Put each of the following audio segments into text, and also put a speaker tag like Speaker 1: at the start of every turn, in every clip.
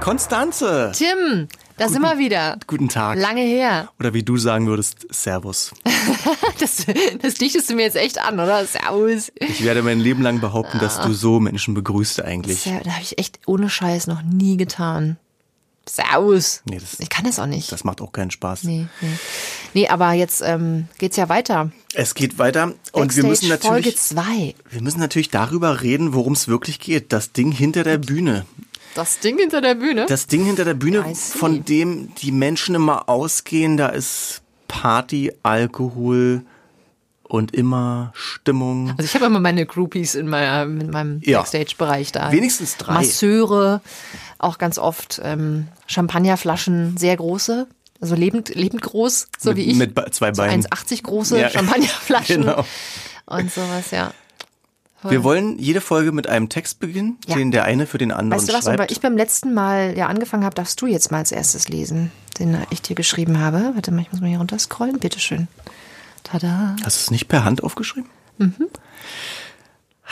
Speaker 1: Konstanze!
Speaker 2: Tim, da sind wir wieder.
Speaker 1: Guten Tag.
Speaker 2: Lange her.
Speaker 1: Oder wie du sagen würdest, Servus.
Speaker 2: Das, das dichtest du mir jetzt echt an, oder? Servus.
Speaker 1: Ich werde mein Leben lang behaupten, dass du so Menschen begrüßt eigentlich.
Speaker 2: Ser- Da habe ich echt ohne Scheiß noch nie getan. Servus.
Speaker 1: Nee, das-
Speaker 2: ich kann das auch nicht.
Speaker 1: Das macht auch keinen Spaß.
Speaker 2: nee, nee. nee, aber jetzt ähm, geht's ja weiter.
Speaker 1: Es geht weiter und wir müssen,
Speaker 2: Backstage Folge
Speaker 1: natürlich,
Speaker 2: 2.
Speaker 1: wir müssen natürlich darüber reden, worum es wirklich geht. Das Ding hinter der Bühne.
Speaker 2: Das Ding hinter der Bühne.
Speaker 1: Das Ding hinter der Bühne,
Speaker 2: I see.
Speaker 1: von dem die Menschen immer ausgehen, da ist Party, Alkohol und immer Stimmung.
Speaker 2: also ich habe immer meine Groupies in, meiner, in meinem
Speaker 1: Ja.
Speaker 2: Backstage-Bereich da.
Speaker 1: Wenigstens drei.
Speaker 2: Masseure, auch ganz oft ähm, Champagnerflaschen, sehr große, also lebend, lebend groß, so
Speaker 1: Mit-
Speaker 2: wie ich.
Speaker 1: mit Be- zwei
Speaker 2: so
Speaker 1: Beinen.
Speaker 2: 1,80 große
Speaker 1: Ja,
Speaker 2: Champagnerflaschen
Speaker 1: genau.
Speaker 2: und sowas, ja.
Speaker 1: Wir wollen jede Folge mit einem Text beginnen,
Speaker 2: Ja.
Speaker 1: den der eine für den anderen
Speaker 2: Weißt du was,
Speaker 1: schreibt.
Speaker 2: aber ich beim letzten Mal ja angefangen habe, darfst du jetzt mal als erstes lesen, den ich dir geschrieben habe. Warte mal, ich muss mal hier runterscrollen, bitteschön. Tada.
Speaker 1: Hast du es nicht per Hand aufgeschrieben?
Speaker 2: Mhm.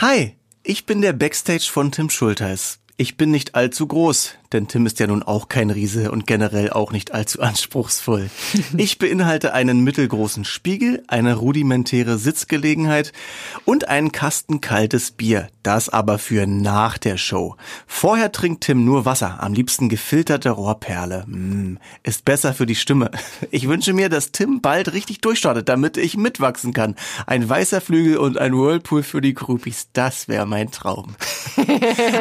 Speaker 1: Hi, ich bin der Backstage von Tim Schulteis. Ich bin nicht allzu groß, denn Tim ist ja nun auch kein Riese und generell auch nicht allzu anspruchsvoll. Ich beinhalte einen mittelgroßen Spiegel, eine rudimentäre Sitzgelegenheit und einen Kasten kaltes Bier. Das aber für nach der Show. Vorher trinkt Tim nur Wasser, am liebsten gefilterte Rohrperle. Mm, ist besser für die Stimme. Ich wünsche mir, dass Tim bald richtig durchstartet, damit ich mitwachsen kann. Ein weißer Flügel und ein Whirlpool für die Groupies, das wäre mein Traum.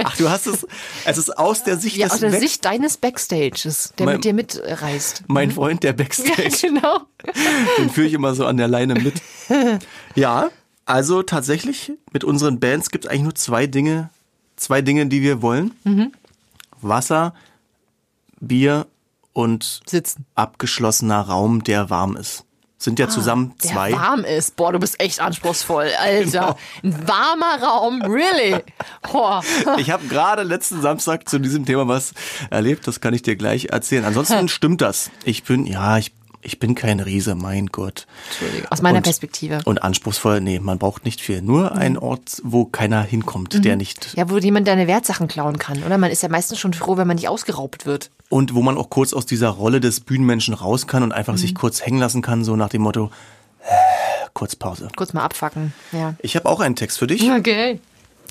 Speaker 1: Ach, du hast es, es ist aus der Sicht
Speaker 2: Ja,
Speaker 1: des
Speaker 2: aus der
Speaker 1: Back-
Speaker 2: Sicht deines Backstages, der
Speaker 1: Mein-
Speaker 2: mit dir mitreist.
Speaker 1: mein Freund der
Speaker 2: Ja,
Speaker 1: Backstage,
Speaker 2: genau.
Speaker 1: den führe ich immer so an der Leine mit. Ja, also tatsächlich, mit unseren Bands gibt es eigentlich nur zwei Dinge, zwei Dinge, die wir wollen. Wasser, Bier und
Speaker 2: Sitzen.
Speaker 1: abgeschlossener Raum, der warm ist. Sind ja zusammen
Speaker 2: Der
Speaker 1: zwei. Genau.
Speaker 2: warm ist. Boah, du bist echt anspruchsvoll, Alter. Ein warmer Raum, really. Boah.
Speaker 1: Ich habe gerade letzten Samstag zu diesem Thema was erlebt, das kann ich dir gleich erzählen. Ansonsten stimmt das. Ich bin, ja, ich, ich bin kein Riese, mein Gott.
Speaker 2: Aus meiner
Speaker 1: Und-
Speaker 2: Perspektive.
Speaker 1: Und anspruchsvoll, nee, man braucht nicht viel. Nur ein Ort, wo keiner hinkommt,
Speaker 2: Mhm.
Speaker 1: der nicht.
Speaker 2: Ja, wo jemand deine Wertsachen klauen kann, oder? Man ist ja meistens schon froh, wenn man nicht ausgeraubt wird.
Speaker 1: Und wo man auch kurz aus dieser Rolle des Bühnenmenschen raus kann und einfach
Speaker 2: Mhm.
Speaker 1: sich kurz hängen lassen kann, so nach dem Motto, äh, kurz Pause.
Speaker 2: Kurz mal abfacken, ja.
Speaker 1: Ich habe auch einen Text für dich.
Speaker 2: Okay.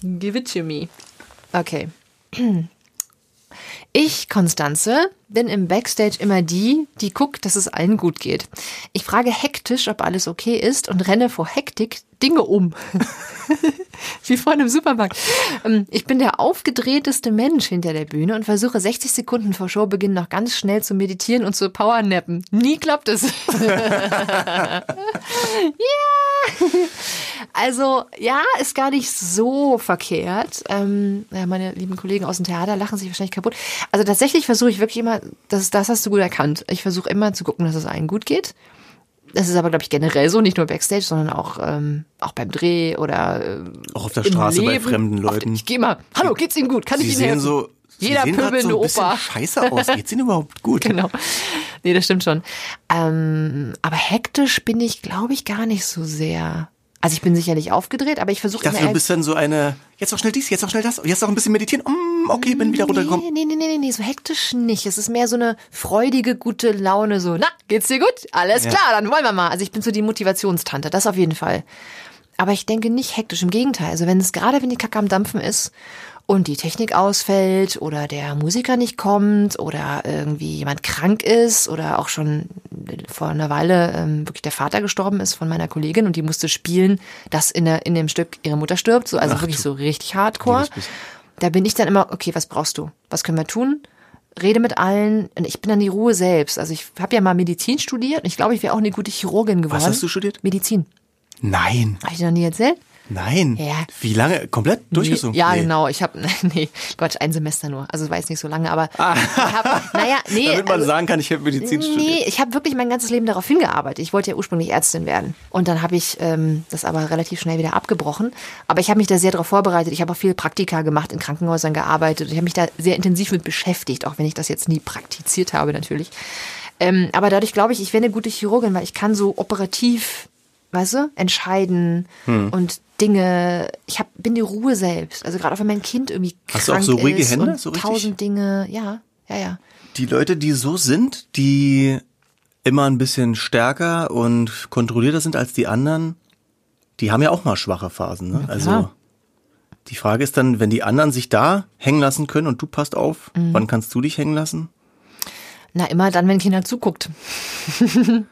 Speaker 2: Give it to me. Okay. Ich, Konstanze, bin im Backstage immer die, die guckt, dass es allen gut geht. Ich frage hektisch, ob alles okay ist und renne vor Hektik Dinge um. Wie vorhin im Supermarkt. Ähm, Ich bin der aufgedrehteste Mensch hinter der Bühne und versuche 60 Sekunden vor Showbeginn noch ganz schnell zu meditieren und zu powernappen. Nie klappt es. Also ja, ist gar nicht so verkehrt. Ähm, ja, meine lieben Kollegen aus dem Theater lachen sich wahrscheinlich kaputt. Also tatsächlich versuche ich wirklich immer, das, das hast du gut erkannt. Ich versuche immer zu gucken, dass es allen gut geht. Das ist aber, glaube ich, generell so, nicht nur Backstage, sondern auch, ähm, auch beim Dreh oder ähm,
Speaker 1: Auch auf der
Speaker 2: im
Speaker 1: Straße bei
Speaker 2: Leben.
Speaker 1: fremden
Speaker 2: Auf-
Speaker 1: Leuten.
Speaker 2: Ich gehe mal, hallo, geht's Ihnen gut? Kann
Speaker 1: Sie
Speaker 2: ich Ihnen
Speaker 1: sehen
Speaker 2: helfen?
Speaker 1: so.
Speaker 2: Jeder
Speaker 1: Sie sehen grad
Speaker 2: pöbelnde
Speaker 1: so ein bisschen
Speaker 2: Opa.
Speaker 1: scheiße aus. Geht's Ihnen überhaupt gut?
Speaker 2: genau. Nee, das stimmt schon. Ähm, aber hektisch bin ich, glaube ich, gar nicht so sehr. Also ich bin sicherlich aufgedreht, aber ich versuche
Speaker 1: Ich dachte, du bist dann so eine, jetzt noch schnell dies, jetzt noch schnell das, jetzt noch ein bisschen meditieren. Mm, okay, bin wieder runtergekommen.
Speaker 2: Nee, nee, nee, nee, nee, so hektisch nicht. Es ist mehr so eine freudige, gute Laune, so, na, geht's dir gut? Alles
Speaker 1: Ja.
Speaker 2: klar, dann wollen wir mal. Also ich bin so die Motivationstante, das auf jeden Fall. Aber ich denke nicht hektisch, im Gegenteil. Also wenn es gerade, wenn die Kacke am Dampfen ist und die Technik ausfällt oder der Musiker nicht kommt oder irgendwie jemand krank ist oder auch schon vor einer Weile ähm, wirklich der Vater gestorben ist von meiner Kollegin und die musste spielen, dass in, der, in dem Stück ihre Mutter stirbt, so, also wirklich so richtig hardcore.
Speaker 1: Liebes bisschen.
Speaker 2: Da bin ich dann immer, okay, was brauchst du? Was können wir tun? Rede mit allen. Und ich bin dann die Ruhe selbst. Also ich habe ja mal Medizin studiert und ich glaube, ich wäre auch eine gute Chirurgin geworden.
Speaker 1: hast du studiert?
Speaker 2: Medizin.
Speaker 1: Nein,
Speaker 2: Habe ich dir noch nie erzählt?
Speaker 1: nein.
Speaker 2: Ja.
Speaker 1: Wie lange? Komplett durchgesungen?
Speaker 2: Ja,
Speaker 1: Nee.
Speaker 2: genau. Ich habe, nee, Quatsch, ein Semester nur. Also es war jetzt nicht so lange, aber ich hab, naja, nee.
Speaker 1: Ah. Damit man
Speaker 2: also-
Speaker 1: sagen kann, ich habe Medizin studiert.
Speaker 2: Nee, ich habe wirklich mein ganzes Leben darauf hingearbeitet. Ich wollte ja ursprünglich Ärztin werden. Und dann habe ich ähm, das aber relativ schnell wieder abgebrochen. Aber ich habe mich da sehr darauf vorbereitet. Ich habe auch viele Praktika gemacht, in Krankenhäusern gearbeitet. Ich habe mich da sehr intensiv mit beschäftigt, auch wenn ich das jetzt nie praktiziert habe natürlich. Ähm, aber dadurch glaube ich, ich wäre eine gute Chirurgin, weil ich kann so operativ weißt du, entscheiden
Speaker 1: Hm.
Speaker 2: und Dinge. Ich hab, bin die Ruhe selbst. Also gerade auch wenn mein Kind irgendwie
Speaker 1: Hast du auch
Speaker 2: krank
Speaker 1: so ruhige
Speaker 2: ist
Speaker 1: Hände,
Speaker 2: und
Speaker 1: so richtig?
Speaker 2: tausend Dinge. Ja, ja, ja.
Speaker 1: Die Leute, die so sind, die immer ein bisschen stärker und kontrollierter sind als die anderen, die haben ja auch mal schwache Phasen. Ne? Also
Speaker 2: klar.
Speaker 1: die Frage ist dann, wenn die anderen sich da hängen lassen können und du passt auf,
Speaker 2: Mhm.
Speaker 1: wann kannst du dich hängen lassen?
Speaker 2: Na, immer dann, wenn Kinder zuguckt.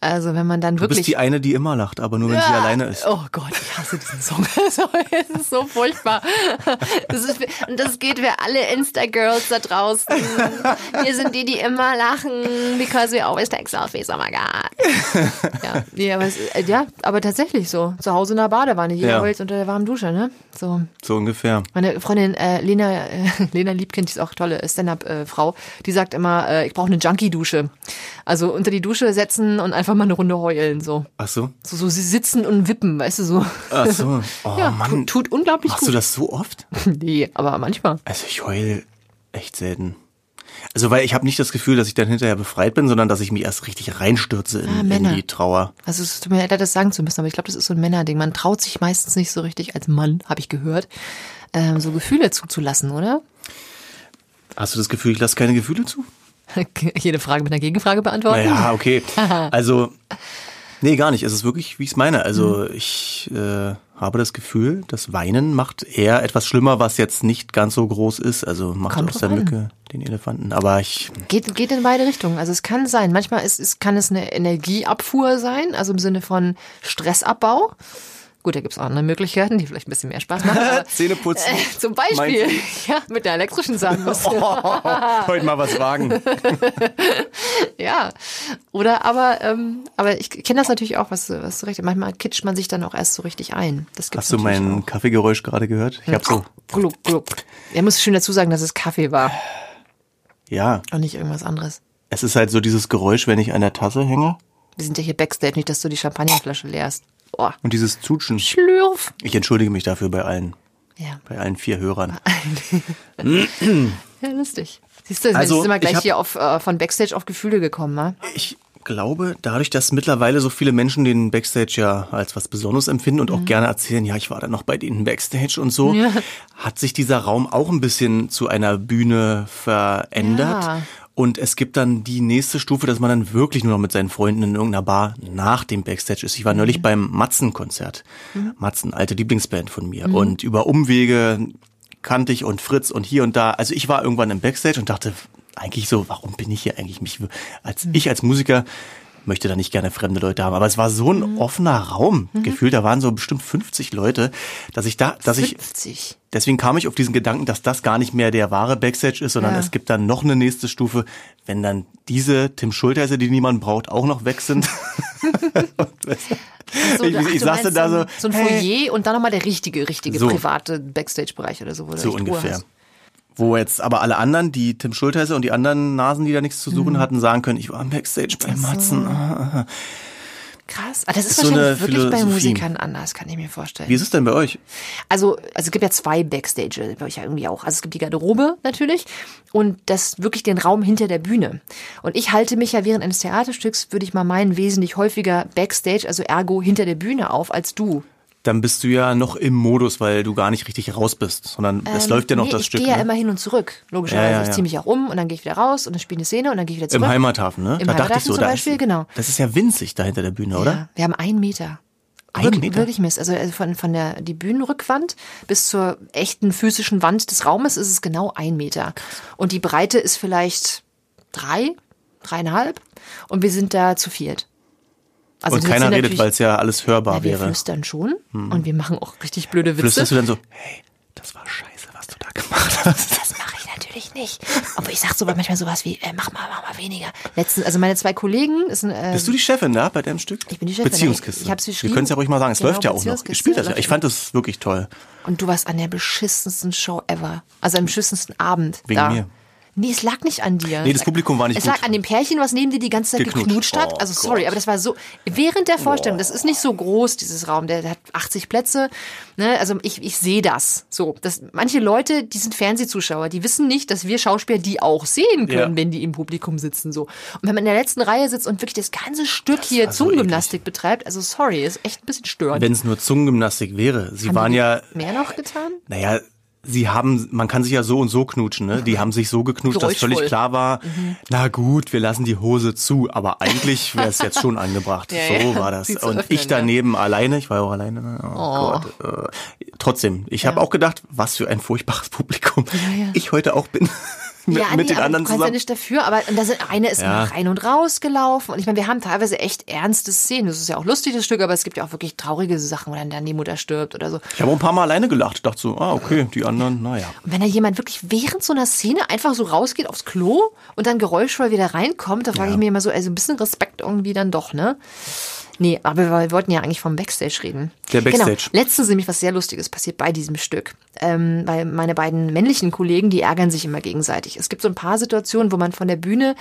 Speaker 2: also wenn man dann
Speaker 1: Du bist
Speaker 2: wirklich.
Speaker 1: die eine, die immer lacht, aber nur wenn sie
Speaker 2: Ah,
Speaker 1: alleine ist.
Speaker 2: Oh Gott, ich hasse diesen Song. Sorry, Es ist so furchtbar. Das, ist, und das geht für alle Insta-Girls da draußen. Wir sind die, die immer lachen, because we always take selfies, oh my god. Ja, nee, aber, es, äh, ja, aber tatsächlich so. Zu Hause in der Badewanne, jeder
Speaker 1: Ja.
Speaker 2: heult unter der warmen Dusche, ne? So.
Speaker 1: So ungefähr.
Speaker 2: Meine Freundin äh, Lena, äh, Lena Liebkind, die ist auch tolle Stand-up-Frau, die sagt immer, äh, ich brauche eine Junkie-Dusche. Also unter die Dusche setzen und einfach mal eine Runde heulen, so.
Speaker 1: Ach so.
Speaker 2: So, so sie sitzen und wippen, weißt du, so.
Speaker 1: Ach so. Oh
Speaker 2: ja,
Speaker 1: Mann.
Speaker 2: tut, tut unglaublich
Speaker 1: Machst
Speaker 2: gut.
Speaker 1: du das so oft?
Speaker 2: Nee, aber manchmal.
Speaker 1: Also ich heul echt selten. Also weil ich habe nicht das Gefühl, dass ich dann hinterher befreit bin, sondern dass ich mich erst richtig reinstürze in,
Speaker 2: Ah,
Speaker 1: in
Speaker 2: Männer.
Speaker 1: die Trauer.
Speaker 2: Also es tut mir leid, das sagen zu müssen, aber ich glaube, das ist so ein Männerding. Man traut sich meistens nicht so richtig als Mann, habe ich gehört, ähm, so Gefühle zuzulassen, oder?
Speaker 1: Hast du das Gefühl, ich lasse keine Gefühle zu?
Speaker 2: Oh. Jede Frage mit einer Gegenfrage beantworten.
Speaker 1: Naja, okay. Also, nee, gar nicht. Es ist wirklich, wie ich es meine. Also, ich äh, habe das Gefühl, das Weinen macht eher etwas schlimmer, was jetzt nicht ganz so groß ist. Also macht
Speaker 2: Kommt
Speaker 1: aus der
Speaker 2: drauf an.
Speaker 1: Mücke den Elefanten. Aber ich,
Speaker 2: Geht, geht in beide Richtungen. Also es kann sein. Manchmal ist, ist, kann es eine Energieabfuhr sein, also im Sinne von Stressabbau. Gut, da gibt's auch andere Möglichkeiten, die vielleicht ein bisschen mehr Spaß machen. Aber,
Speaker 1: Zähne putzen.
Speaker 2: äh, zum Beispiel,
Speaker 1: Meinst
Speaker 2: ja, mit der elektrischen Zahnbürste.
Speaker 1: Heute Ah. mal was wagen.
Speaker 2: Ja, oder aber, ähm, aber ich kenne das natürlich auch, was, du- was du recht Manchmal kitscht man sich dann auch erst so richtig ein. Das gibt's
Speaker 1: Hast du
Speaker 2: natürlich
Speaker 1: mein Kaffeegeräusch gerade gehört? Ich habe so,
Speaker 2: auch. Gluck, gluck. Er muss schön dazu sagen, dass es Kaffee war
Speaker 1: ja.
Speaker 2: und nicht irgendwas anderes.
Speaker 1: Es ist halt so dieses Geräusch, wenn ich an der Tasse hänge
Speaker 2: Wir sind ja hier Backstage, nicht, dass du die Champagnerflasche leerst. Boah.
Speaker 1: und dieses Zutschen.
Speaker 2: Schlürf.
Speaker 1: Ich entschuldige mich dafür bei allen,
Speaker 2: Ja.
Speaker 1: bei allen vier Hörern.
Speaker 2: ja, lustig. Siehst du,
Speaker 1: Also,
Speaker 2: also, sind wir
Speaker 1: ich
Speaker 2: gleich
Speaker 1: hab-
Speaker 2: hier auf, äh, von Backstage auf Gefühle gekommen, ne?
Speaker 1: Ich glaube, dadurch, dass mittlerweile so viele Menschen den Backstage ja als was Besonderes empfinden und auch gerne erzählen, ja, ich war dann noch bei denen Backstage und so,
Speaker 2: Ja.
Speaker 1: hat sich dieser Raum auch ein bisschen zu einer Bühne verändert.
Speaker 2: Ja.
Speaker 1: Und es gibt dann die nächste Stufe, dass man dann wirklich nur noch mit seinen Freunden in irgendeiner Bar nach dem Backstage ist. Ich war neulich beim Matzen-Konzert. Matzen, alte Lieblingsband von mir. Und über Umwege kannte ich und Fritz und hier und da. Also ich war irgendwann im Backstage und dachte eigentlich so, warum bin ich hier eigentlich? Mich, als ich als Musiker möchte da nicht gerne fremde Leute haben. Aber es war so ein offener Raum gefühlt. Da waren so bestimmt 50 Leute, dass ich da, dass Also ich
Speaker 2: 50.
Speaker 1: Deswegen kam ich auf diesen Gedanken, dass das gar nicht mehr der wahre Backstage ist, sondern
Speaker 2: Ja.
Speaker 1: es gibt dann noch eine nächste Stufe, wenn dann diese Tim Schultheiße, die niemand braucht, auch noch weg sind.
Speaker 2: So,
Speaker 1: Ich- ich
Speaker 2: du
Speaker 1: saß
Speaker 2: meinst
Speaker 1: da
Speaker 2: so,
Speaker 1: so,
Speaker 2: ein- so ein
Speaker 1: hey.
Speaker 2: Foyer und dann nochmal der richtige, richtige
Speaker 1: So.
Speaker 2: private Backstage-Bereich oder so. Wo du
Speaker 1: so
Speaker 2: echt Ruhe
Speaker 1: ungefähr.
Speaker 2: hast.
Speaker 1: Wo jetzt aber alle anderen, die Tim Schultheiße und die anderen Nasen, die da nichts zu suchen
Speaker 2: Mhm.
Speaker 1: hatten, sagen können, ich war am Backstage bei Matzen.
Speaker 2: Krass. Ah, das ist,
Speaker 1: Ist so
Speaker 2: wahrscheinlich
Speaker 1: eine
Speaker 2: wirklich bei
Speaker 1: Philosophie.
Speaker 2: Musikern anders, kann ich mir vorstellen.
Speaker 1: Wie ist es denn bei euch?
Speaker 2: Also, also es gibt ja zwei Backstage, glaube ich ja irgendwie auch. Also es gibt die Garderobe natürlich und das wirklich den Raum hinter der Bühne. Und ich halte mich ja während eines Theaterstücks, würde ich mal meinen, wesentlich häufiger Backstage, also ergo hinter der Bühne auf, als du.
Speaker 1: Dann bist du ja noch im Modus, weil du gar nicht richtig raus bist, sondern es läuft ja noch
Speaker 2: Ähm, nee,
Speaker 1: das
Speaker 2: ich
Speaker 1: Stück.
Speaker 2: Ich gehe ja
Speaker 1: ne?
Speaker 2: immer hin und zurück, logischerweise.
Speaker 1: Ja, ja,
Speaker 2: Ich
Speaker 1: ja.
Speaker 2: ziehe mich auch um und dann gehe ich wieder raus und dann spiele eine Szene und dann gehe ich wieder zurück.
Speaker 1: Im Heimathafen, ne?
Speaker 2: Im
Speaker 1: da dachte ich
Speaker 2: Heimathafen
Speaker 1: so,
Speaker 2: zum
Speaker 1: da
Speaker 2: Beispiel,
Speaker 1: ist,
Speaker 2: genau.
Speaker 1: das ist ja winzig da hinter der Bühne, oder?
Speaker 2: Ja, wir haben einen Meter.
Speaker 1: Einen
Speaker 2: Wirklich-
Speaker 1: Meter?
Speaker 2: Wirklich Mist. Also also von, von der die Bühnenrückwand bis zur echten physischen Wand des Raumes ist es genau ein Meter. Und die Breite ist vielleicht drei, dreieinhalb. Und wir sind da zu viert. Also
Speaker 1: und
Speaker 2: wir
Speaker 1: keiner
Speaker 2: sind
Speaker 1: redet,
Speaker 2: natürlich-
Speaker 1: weil es ja alles hörbar
Speaker 2: Na, wir
Speaker 1: wäre. Mhm.
Speaker 2: flüstern schon und wir machen auch richtig blöde Witze.
Speaker 1: flüsterst du dann so, hey, das war scheiße, was du da gemacht hast.
Speaker 2: Das mache ich natürlich nicht. Aber ich sage sogar manchmal sowas wie, äh, mach mal, mach mal weniger. Letztens, also meine zwei Kollegen, ist ein, äh,
Speaker 1: Bist du die Chefin da bei deinem Stück?
Speaker 2: Ich bin die Chefin, ne?
Speaker 1: Beziehungskiste.
Speaker 2: ich- ich hab's geschrieben.
Speaker 1: Wir können es ja ruhig mal sagen, es
Speaker 2: Genau,
Speaker 1: läuft ja auch noch. Ich
Speaker 2: Beziehungskiste,
Speaker 1: spiel das ja.
Speaker 2: läuft
Speaker 1: Ich
Speaker 2: ja.
Speaker 1: fand das wirklich toll.
Speaker 2: Und du warst an der beschissensten Show ever. Also am beschissensten Abend.
Speaker 1: Wegen
Speaker 2: da.
Speaker 1: mir.
Speaker 2: Nee, es lag nicht an dir.
Speaker 1: Nee, das Publikum war nicht
Speaker 2: Es
Speaker 1: gut.
Speaker 2: lag an dem Pärchen, was neben dir die ganze Zeit
Speaker 1: Geknutscht.
Speaker 2: geknutscht, hat.
Speaker 1: Oh
Speaker 2: also sorry,
Speaker 1: Gott.
Speaker 2: aber das war so während der Vorstellung, das ist nicht so groß dieses Raum, der, der hat 80 Plätze, ne? Also ich, ich sehe das. So, dass manche Leute, die sind Fernsehzuschauer, die wissen nicht, dass wir Schauspieler die auch sehen können,
Speaker 1: Ja.
Speaker 2: wenn die im Publikum sitzen so. Und wenn man in der letzten Reihe sitzt und wirklich das ganze Stück hier
Speaker 1: so
Speaker 2: Zungengymnastik betreibt, also sorry, ist echt ein bisschen störend.
Speaker 1: Wenn es nur Zungengymnastik wäre. Sie waren
Speaker 2: die
Speaker 1: ja,
Speaker 2: mehr noch getan?
Speaker 1: naja, sie haben, man kann sich ja so und so knutschen, ne? Die haben sich so geknutscht, dass
Speaker 2: Mhm. Geräuschvoll. Mhm.
Speaker 1: völlig klar war, na gut, wir lassen die Hose zu, aber eigentlich wäre es jetzt schon angebracht.
Speaker 2: Ja,
Speaker 1: so
Speaker 2: ja,
Speaker 1: war das.
Speaker 2: sie zu
Speaker 1: und
Speaker 2: öffnen,
Speaker 1: ich daneben alleine, ich war ja auch alleine. ne? Oh,
Speaker 2: Oh.
Speaker 1: Gott. Äh, trotzdem, ich habe auch gedacht, was für ein furchtbares Publikum.
Speaker 2: ja.
Speaker 1: Ich heute auch bin. Mit,
Speaker 2: ja,
Speaker 1: mit
Speaker 2: nee,
Speaker 1: den
Speaker 2: aber
Speaker 1: anderen
Speaker 2: du kannst ja
Speaker 1: zusammen.
Speaker 2: nicht dafür, aber und das eine ist
Speaker 1: Ja.
Speaker 2: mal rein und raus gelaufen. Und ich meine, wir haben teilweise echt ernste Szenen. Das ist ja auch lustig, das Stück, aber es gibt ja auch wirklich traurige Sachen, wo dann, dann die Mutter stirbt oder so.
Speaker 1: Ich habe auch ein paar Mal alleine gelacht, dachte so, ah, okay, die anderen, naja.
Speaker 2: Und wenn da jemand wirklich während so einer Szene einfach so rausgeht aufs Klo und dann geräuschvoll wieder reinkommt, da frage ich mir immer so, also ein bisschen Respekt irgendwie dann doch, ne? Nee, aber wir wollten ja eigentlich vom Backstage reden.
Speaker 1: Der Backstage.
Speaker 2: Genau. Letztens ist nämlich was sehr Lustiges passiert bei diesem Stück. Ähm, weil meine beiden männlichen Kollegen, die ärgern sich immer gegenseitig. Es gibt so ein paar Situationen, wo man von der Bühne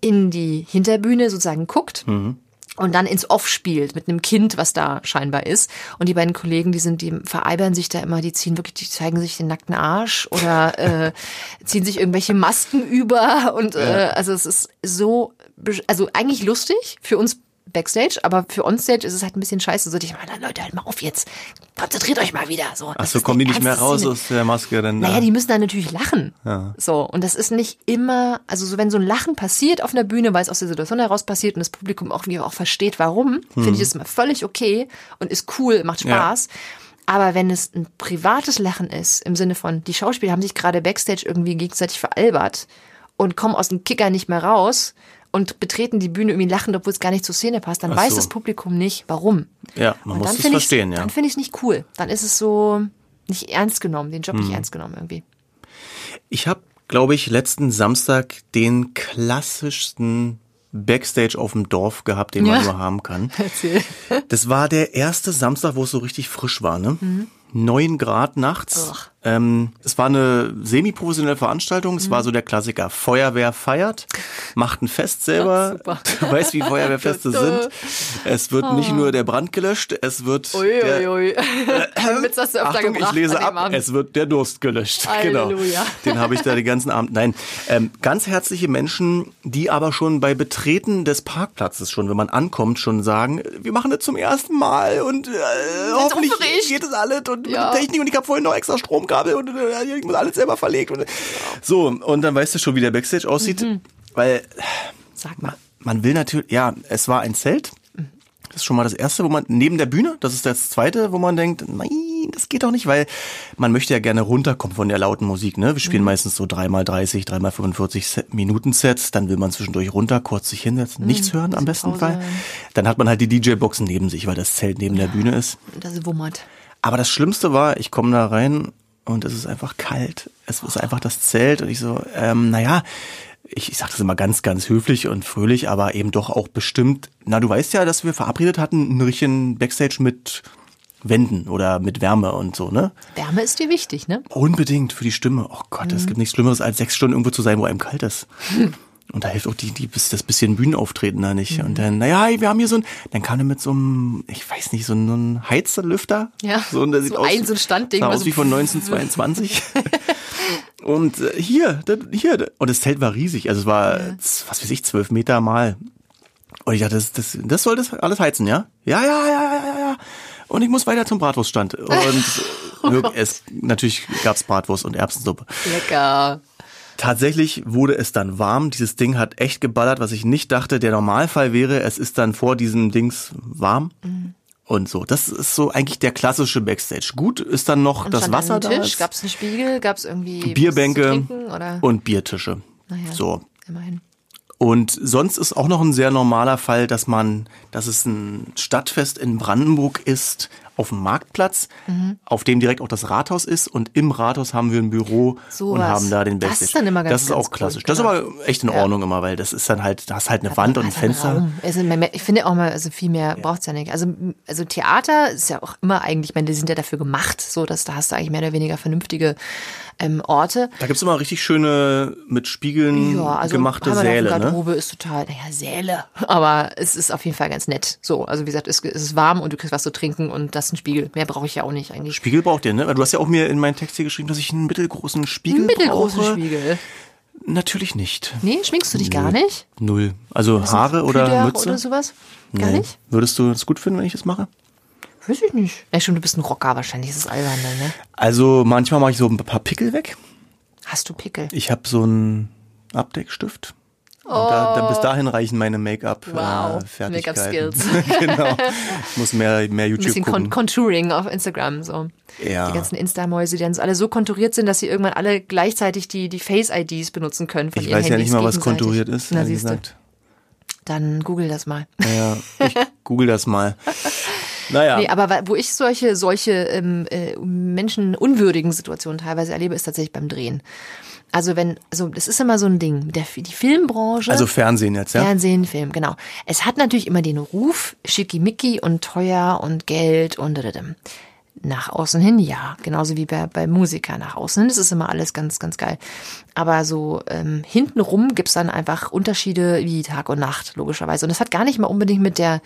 Speaker 2: in die Hinterbühne sozusagen guckt.
Speaker 1: Mhm.
Speaker 2: Und dann ins Off spielt mit einem Kind, was da scheinbar ist. Und die beiden Kollegen, die sind, die vereibern sich da immer, die ziehen wirklich, die zeigen sich den nackten Arsch oder äh, ziehen sich irgendwelche Masken über. Und äh, also es ist so, besch- also eigentlich lustig für uns Backstage, aber für Onstage ist es halt ein bisschen scheiße. So, ich meine, Leute, halt mal auf jetzt. Konzentriert euch mal wieder. So,
Speaker 1: Ach so, kommen die nicht mehr raus aus der Maske, dann.
Speaker 2: Naja,
Speaker 1: äh,
Speaker 2: die müssen dann natürlich lachen. So, und das ist nicht immer, also so, wenn so ein Lachen passiert auf einer Bühne, weil es aus der Situation heraus passiert und das Publikum auch, irgendwie auch versteht, warum,
Speaker 1: Hm.
Speaker 2: finde ich das immer völlig okay und ist cool, macht Spaß. Aber wenn es ein privates Lachen ist, im Sinne von, die Schauspieler haben sich gerade Backstage irgendwie gegenseitig veralbert und kommen aus dem Kicker nicht mehr raus und betreten die Bühne irgendwie lachend, obwohl es gar nicht zur Szene passt, dann
Speaker 1: Ach
Speaker 2: weiß
Speaker 1: so.
Speaker 2: das Publikum nicht, warum.
Speaker 1: Ja, man
Speaker 2: Und
Speaker 1: muss
Speaker 2: dann
Speaker 1: es
Speaker 2: find ich's-
Speaker 1: verstehen, ja.
Speaker 2: Dann finde ich es nicht cool. Dann ist es so nicht ernst genommen, den Job
Speaker 1: Hm.
Speaker 2: nicht ernst genommen irgendwie.
Speaker 1: Ich habe, glaube ich, letzten Samstag den klassischsten Backstage auf dem Dorf gehabt, den man
Speaker 2: Ja.
Speaker 1: nur haben kann.
Speaker 2: Erzähl.
Speaker 1: Das war der erste Samstag, wo es so richtig frisch war, ne? Neun Grad nachts.
Speaker 2: Ugh.
Speaker 1: Ähm, es war eine semi-professionelle Veranstaltung. Es
Speaker 2: Mhm.
Speaker 1: war so der Klassiker. Feuerwehr feiert, macht ein Fest selber.
Speaker 2: super. Oh.
Speaker 1: Du weißt, wie Feuerwehrfeste sind. Es wird nicht nur der Brand gelöscht, es wird der,
Speaker 2: Uiuiui. Witz hast du öfter
Speaker 1: Äh, Achtung,
Speaker 2: gebracht
Speaker 1: ich lese
Speaker 2: an dem
Speaker 1: ab,
Speaker 2: Abend.
Speaker 1: es wird der Durst gelöscht. Genau.
Speaker 2: Halleluja.
Speaker 1: Den habe ich da den ganzen Abend. Nein, ähm, ganz herzliche Menschen, die aber schon bei Betreten des Parkplatzes schon, wenn man ankommt, schon sagen, wir machen das zum ersten Mal und äh, hoffentlich
Speaker 2: aufgeregt.
Speaker 1: geht es alles und mit
Speaker 2: Ja.
Speaker 1: der Technik und ich habe vorhin noch extra Stromkabel und äh, ich muss alles selber verlegt. Und, äh. so, und dann weißt du schon, wie der Backstage aussieht, weil
Speaker 2: Mhm. Sag mal.
Speaker 1: man will natürlich, ja, es war ein Zelt. Das ist schon mal das erste, wo man, neben der Bühne, das ist das zweite, wo man denkt, nein, das geht doch nicht, weil man möchte ja gerne runterkommen von der lauten Musik, ne? Wir spielen meistens so 3x30, 3x45 Se- Minuten Sets, dann will man zwischendurch runter, kurz sich hinsetzen, nichts hören am besten
Speaker 2: Pause.
Speaker 1: Fall. Dann hat man halt die DJ-Boxen neben sich, weil das Zelt neben der Bühne ist.
Speaker 2: Das wummert.
Speaker 1: Aber das Schlimmste war, ich komme da rein und es ist einfach kalt. Es ist einfach das Zelt und ich so, ähm, naja, ich, ich sage das immer ganz, ganz höflich und fröhlich, aber eben doch auch bestimmt. Na, du weißt ja, dass wir verabredet hatten, einen richtigen Backstage mit Wänden oder mit Wärme und so, ne?
Speaker 2: Wärme ist dir wichtig, ne?
Speaker 1: Unbedingt für die Stimme. Oh Gott,
Speaker 2: Mhm.
Speaker 1: es gibt nichts Schlimmeres, als sechs Stunden irgendwo zu sein, wo einem kalt ist. Und da hilft auch die, die, bis- das bisschen Bühnenauftreten da nicht.
Speaker 2: Mhm.
Speaker 1: Und dann, naja, hey, wir haben hier so ein, dann kam er mit so einem, ich weiß nicht, so einem Heizerlüfter.
Speaker 2: Ja,
Speaker 1: so, und der sieht
Speaker 2: so
Speaker 1: aus,
Speaker 2: ein so ein Standding,
Speaker 1: Sah
Speaker 2: was
Speaker 1: aus
Speaker 2: so-
Speaker 1: wie von 1922. und äh, hier, da, hier, da. und das Zelt war riesig. Also es war, äh, z- was weiß ich, zwölf Meter mal. Und ich dachte, Oh das, das, das soll das alles heizen, ja? Ja, ja, ja, ja, ja, ja. Und ich muss weiter zum Bratwurststand. Und
Speaker 2: Oh
Speaker 1: äh, es, natürlich gab's Bratwurst und Erbsensuppe.
Speaker 2: Lecker.
Speaker 1: Tatsächlich wurde es dann warm. Dieses Ding hat echt geballert, was ich nicht dachte. Der Normalfall wäre, es ist dann vor diesem Dings warm.
Speaker 2: Mhm.
Speaker 1: Und so, das ist so eigentlich der klassische Backstage. Gut ist dann noch
Speaker 2: Und
Speaker 1: das
Speaker 2: stand an
Speaker 1: Wasser
Speaker 2: einem
Speaker 1: da.
Speaker 2: Tisch,
Speaker 1: ist
Speaker 2: gab es einen Spiegel, gab es irgendwie was zu
Speaker 1: Bierbänke
Speaker 2: trinken, oder?
Speaker 1: und Biertische.
Speaker 2: Naja,
Speaker 1: So.
Speaker 2: Immerhin.
Speaker 1: Und sonst ist auch noch ein sehr normaler Fall, dass man, dass es ein Stadtfest in Brandenburg ist, auf dem Marktplatz,
Speaker 2: Mhm.
Speaker 1: auf dem direkt auch das Rathaus ist und im Rathaus haben wir ein Büro
Speaker 2: So
Speaker 1: und
Speaker 2: was.
Speaker 1: haben da den
Speaker 2: Das
Speaker 1: Backstage.
Speaker 2: ist dann immer ganz-
Speaker 1: Das ist
Speaker 2: ganz
Speaker 1: auch klassisch.
Speaker 2: cool,
Speaker 1: Das ist
Speaker 2: genau.
Speaker 1: aber echt in Ordnung immer, weil das ist dann halt, da hast halt eine Wand und ein
Speaker 2: Hat einen
Speaker 1: Fenster.
Speaker 2: Raum. Also, man- man- ich finde auch mal, also viel mehr braucht's ja nicht. Also, m- also Theater ist ja auch immer eigentlich, ich meine, die sind ja dafür gemacht, so dass da hast du eigentlich mehr oder weniger vernünftige ähm, Orte.
Speaker 1: Da gibt's immer richtig schöne mit Spiegeln
Speaker 2: Ja, also
Speaker 1: Hm, gemachte
Speaker 2: Heimathafen
Speaker 1: Säle, ne?
Speaker 2: Garderobe ist total, naja, Säle. Aber es ist auf jeden Fall ganz nett. So, also wie gesagt, es, es ist warm und du kriegst was zu trinken und das ist ein Spiegel. Mehr brauche ich ja auch nicht eigentlich.
Speaker 1: Spiegel braucht ihr, ne? Weil du hast ja auch mir in meinen Text hier geschrieben, dass ich einen mittelgroßen Spiegel
Speaker 2: Mittelgroßen
Speaker 1: brauche.
Speaker 2: Spiegel.
Speaker 1: Natürlich nicht.
Speaker 2: Nee, schminkst du dich gar
Speaker 1: Null.
Speaker 2: nicht?
Speaker 1: Null. Also Haare oder
Speaker 2: Pudor
Speaker 1: Mütze?
Speaker 2: oder sowas? Gar
Speaker 1: Nee.
Speaker 2: nicht?
Speaker 1: Würdest du das gut finden, wenn ich das mache?
Speaker 2: Weiß ich nicht. Na stimmt, du bist ein Rocker wahrscheinlich, das ist albern dann, ne?
Speaker 1: Also manchmal mache ich so ein paar Pickel weg.
Speaker 2: Hast du Pickel?
Speaker 1: Ich habe so einen Abdeckstift. Und da, da, bis dahin reichen meine
Speaker 2: Oh. Wow.
Speaker 1: Make-up-Fertigkeiten.
Speaker 2: Make-up-Skills.
Speaker 1: genau. Ich muss mehr, mehr
Speaker 2: Ein
Speaker 1: YouTube
Speaker 2: bisschen Con
Speaker 1: gucken.
Speaker 2: Contouring auf Instagram, so.
Speaker 1: Ja.
Speaker 2: Die ganzen Insta-Mäuse, die dann so alle so konturiert sind, dass sie irgendwann alle gleichzeitig die, die Face-IDs benutzen können von
Speaker 1: ich
Speaker 2: ihren
Speaker 1: weiß ja
Speaker 2: Handys
Speaker 1: nicht mal, was
Speaker 2: gegenseitig.
Speaker 1: konturiert ist,
Speaker 2: Na,
Speaker 1: ehrlich
Speaker 2: siehst du.
Speaker 1: gesagt.
Speaker 2: Dann google das mal.
Speaker 1: Naja, ich google das mal. Naja.
Speaker 2: Nee, aber wa- wo ich solche, solche ähm, äh, menschenunwürdigen Situationen teilweise erlebe, ist tatsächlich beim Drehen. Also wenn, also das ist immer so ein Ding. Der, die Filmbranche.
Speaker 1: also Fernsehen jetzt, ja?
Speaker 2: Fernsehen, Film, genau. Es hat natürlich immer den Ruf, schickimicki und teuer und Geld und dadadam. nach außen hin, ja. Genauso wie bei, bei Musiker nach außen hin. Das ist immer alles ganz, ganz geil. Aber so ähm, hintenrum gibt's dann einfach Unterschiede wie Tag und Nacht, logischerweise. Und das hat gar nicht mal unbedingt mit der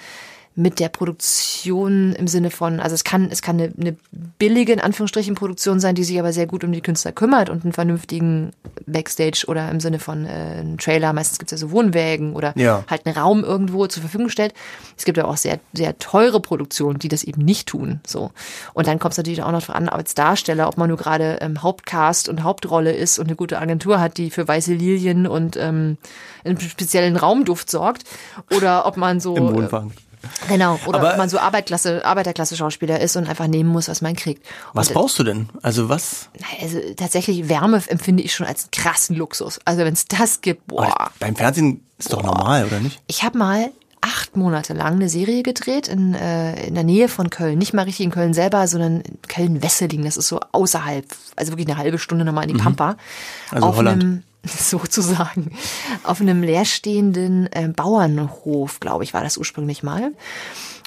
Speaker 2: mit der Produktion im Sinne von, also es kann, es kann eine, eine billige, in Anführungsstrichen, Produktion sein, die sich aber sehr gut um die Künstler kümmert und einen vernünftigen Backstage oder im Sinne von äh, einem Trailer, meistens gibt's ja so Wohnwägen oder
Speaker 1: Ja.
Speaker 2: halt einen Raum irgendwo zur Verfügung stellt. Es gibt ja auch sehr, sehr teure Produktionen, die das eben nicht tun. So. Und dann kommt es natürlich auch noch drauf an, als Darsteller, ob man nur gerade ähm, Hauptcast und Hauptrolle ist und eine gute Agentur hat, die für weiße Lilien und ähm, einen speziellen Raumduft sorgt. Oder ob man so.
Speaker 1: Im
Speaker 2: äh,
Speaker 1: Wohnwagen.
Speaker 2: Genau, oder
Speaker 1: Aber-
Speaker 2: ob man so Arbeitklasse, Arbeiterklasse-Schauspieler ist und einfach nehmen muss, was man kriegt.
Speaker 1: Was
Speaker 2: und,
Speaker 1: brauchst du denn? Also was?
Speaker 2: äh, Also tatsächlich Wärme empfinde ich schon als krassen Luxus. Also wenn es das gibt, boah.
Speaker 1: Beim Fernsehen ist doch normal, oder nicht?
Speaker 2: Ich habe mal acht Monate lang eine Serie gedreht in, äh, in der Nähe von Köln. Nicht mal richtig in Köln selber, sondern in Köln-Wesseling. Das ist so außerhalb, also wirklich eine halbe Stunde nochmal in die Pampa.
Speaker 1: Mhm. Also
Speaker 2: auf
Speaker 1: Holland.
Speaker 2: Einem, sozusagen. Auf einem leerstehenden äh, Bauernhof, glaube ich, war das ursprünglich mal.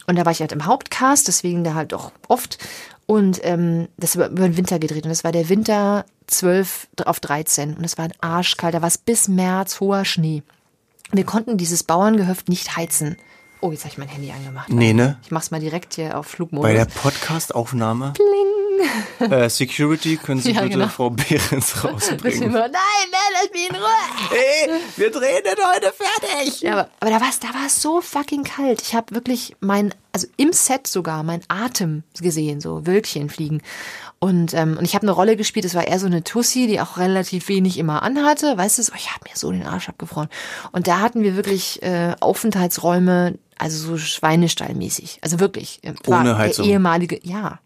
Speaker 2: Und da war ich halt im Hauptcast, deswegen da halt auch oft. Und ähm, das über, über den Winter gedreht. Und das war der Winter 12 auf 13. Und es war ein Arschkalt. Da war es bis März hoher Schnee. Wir konnten dieses Bauerngehöft nicht heizen. Oh, jetzt habe ich mein Handy angemacht.
Speaker 1: Nee, ne?
Speaker 2: Ich mach's mal direkt hier
Speaker 1: Bei der
Speaker 2: auf Flugmodus.
Speaker 1: Podcastaufnahme. Bling. Äh, Security, können Sie
Speaker 2: Ja,
Speaker 1: bitte
Speaker 2: genau.
Speaker 1: Frau Behrens
Speaker 2: Bisschen
Speaker 1: rausbringen.
Speaker 2: höher. Nein, nein, lass mich in Ruhe.
Speaker 1: Hey, wir drehen den heute fertig.
Speaker 2: Ja, aber, aber da war es da war's so fucking kalt. Ich habe wirklich mein, also im Set sogar, mein Atem gesehen, so Wölkchen fliegen. Und, ähm, und ich habe eine Rolle gespielt, es war eher so eine Tussi, die auch relativ wenig immer anhatte. Weißt du, so, ich habe mir so den Arsch abgefroren. Und da hatten wir wirklich äh, Aufenthaltsräume, also so schweinestallmäßig. Also wirklich. äh, war
Speaker 1: Ohne Heizung.
Speaker 2: Der ehemalige, ja.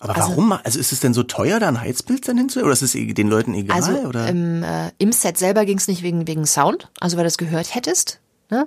Speaker 1: Aber
Speaker 2: Also-
Speaker 1: warum? ma- Also ist es denn so teuer, da ein Heizbild dann hinzu? Oder ist es eh den Leuten egal?
Speaker 2: Also
Speaker 1: oder?
Speaker 2: Im, äh, im Set selber ging es nicht wegen, wegen Sound, also weil du es gehört hättest. Ne?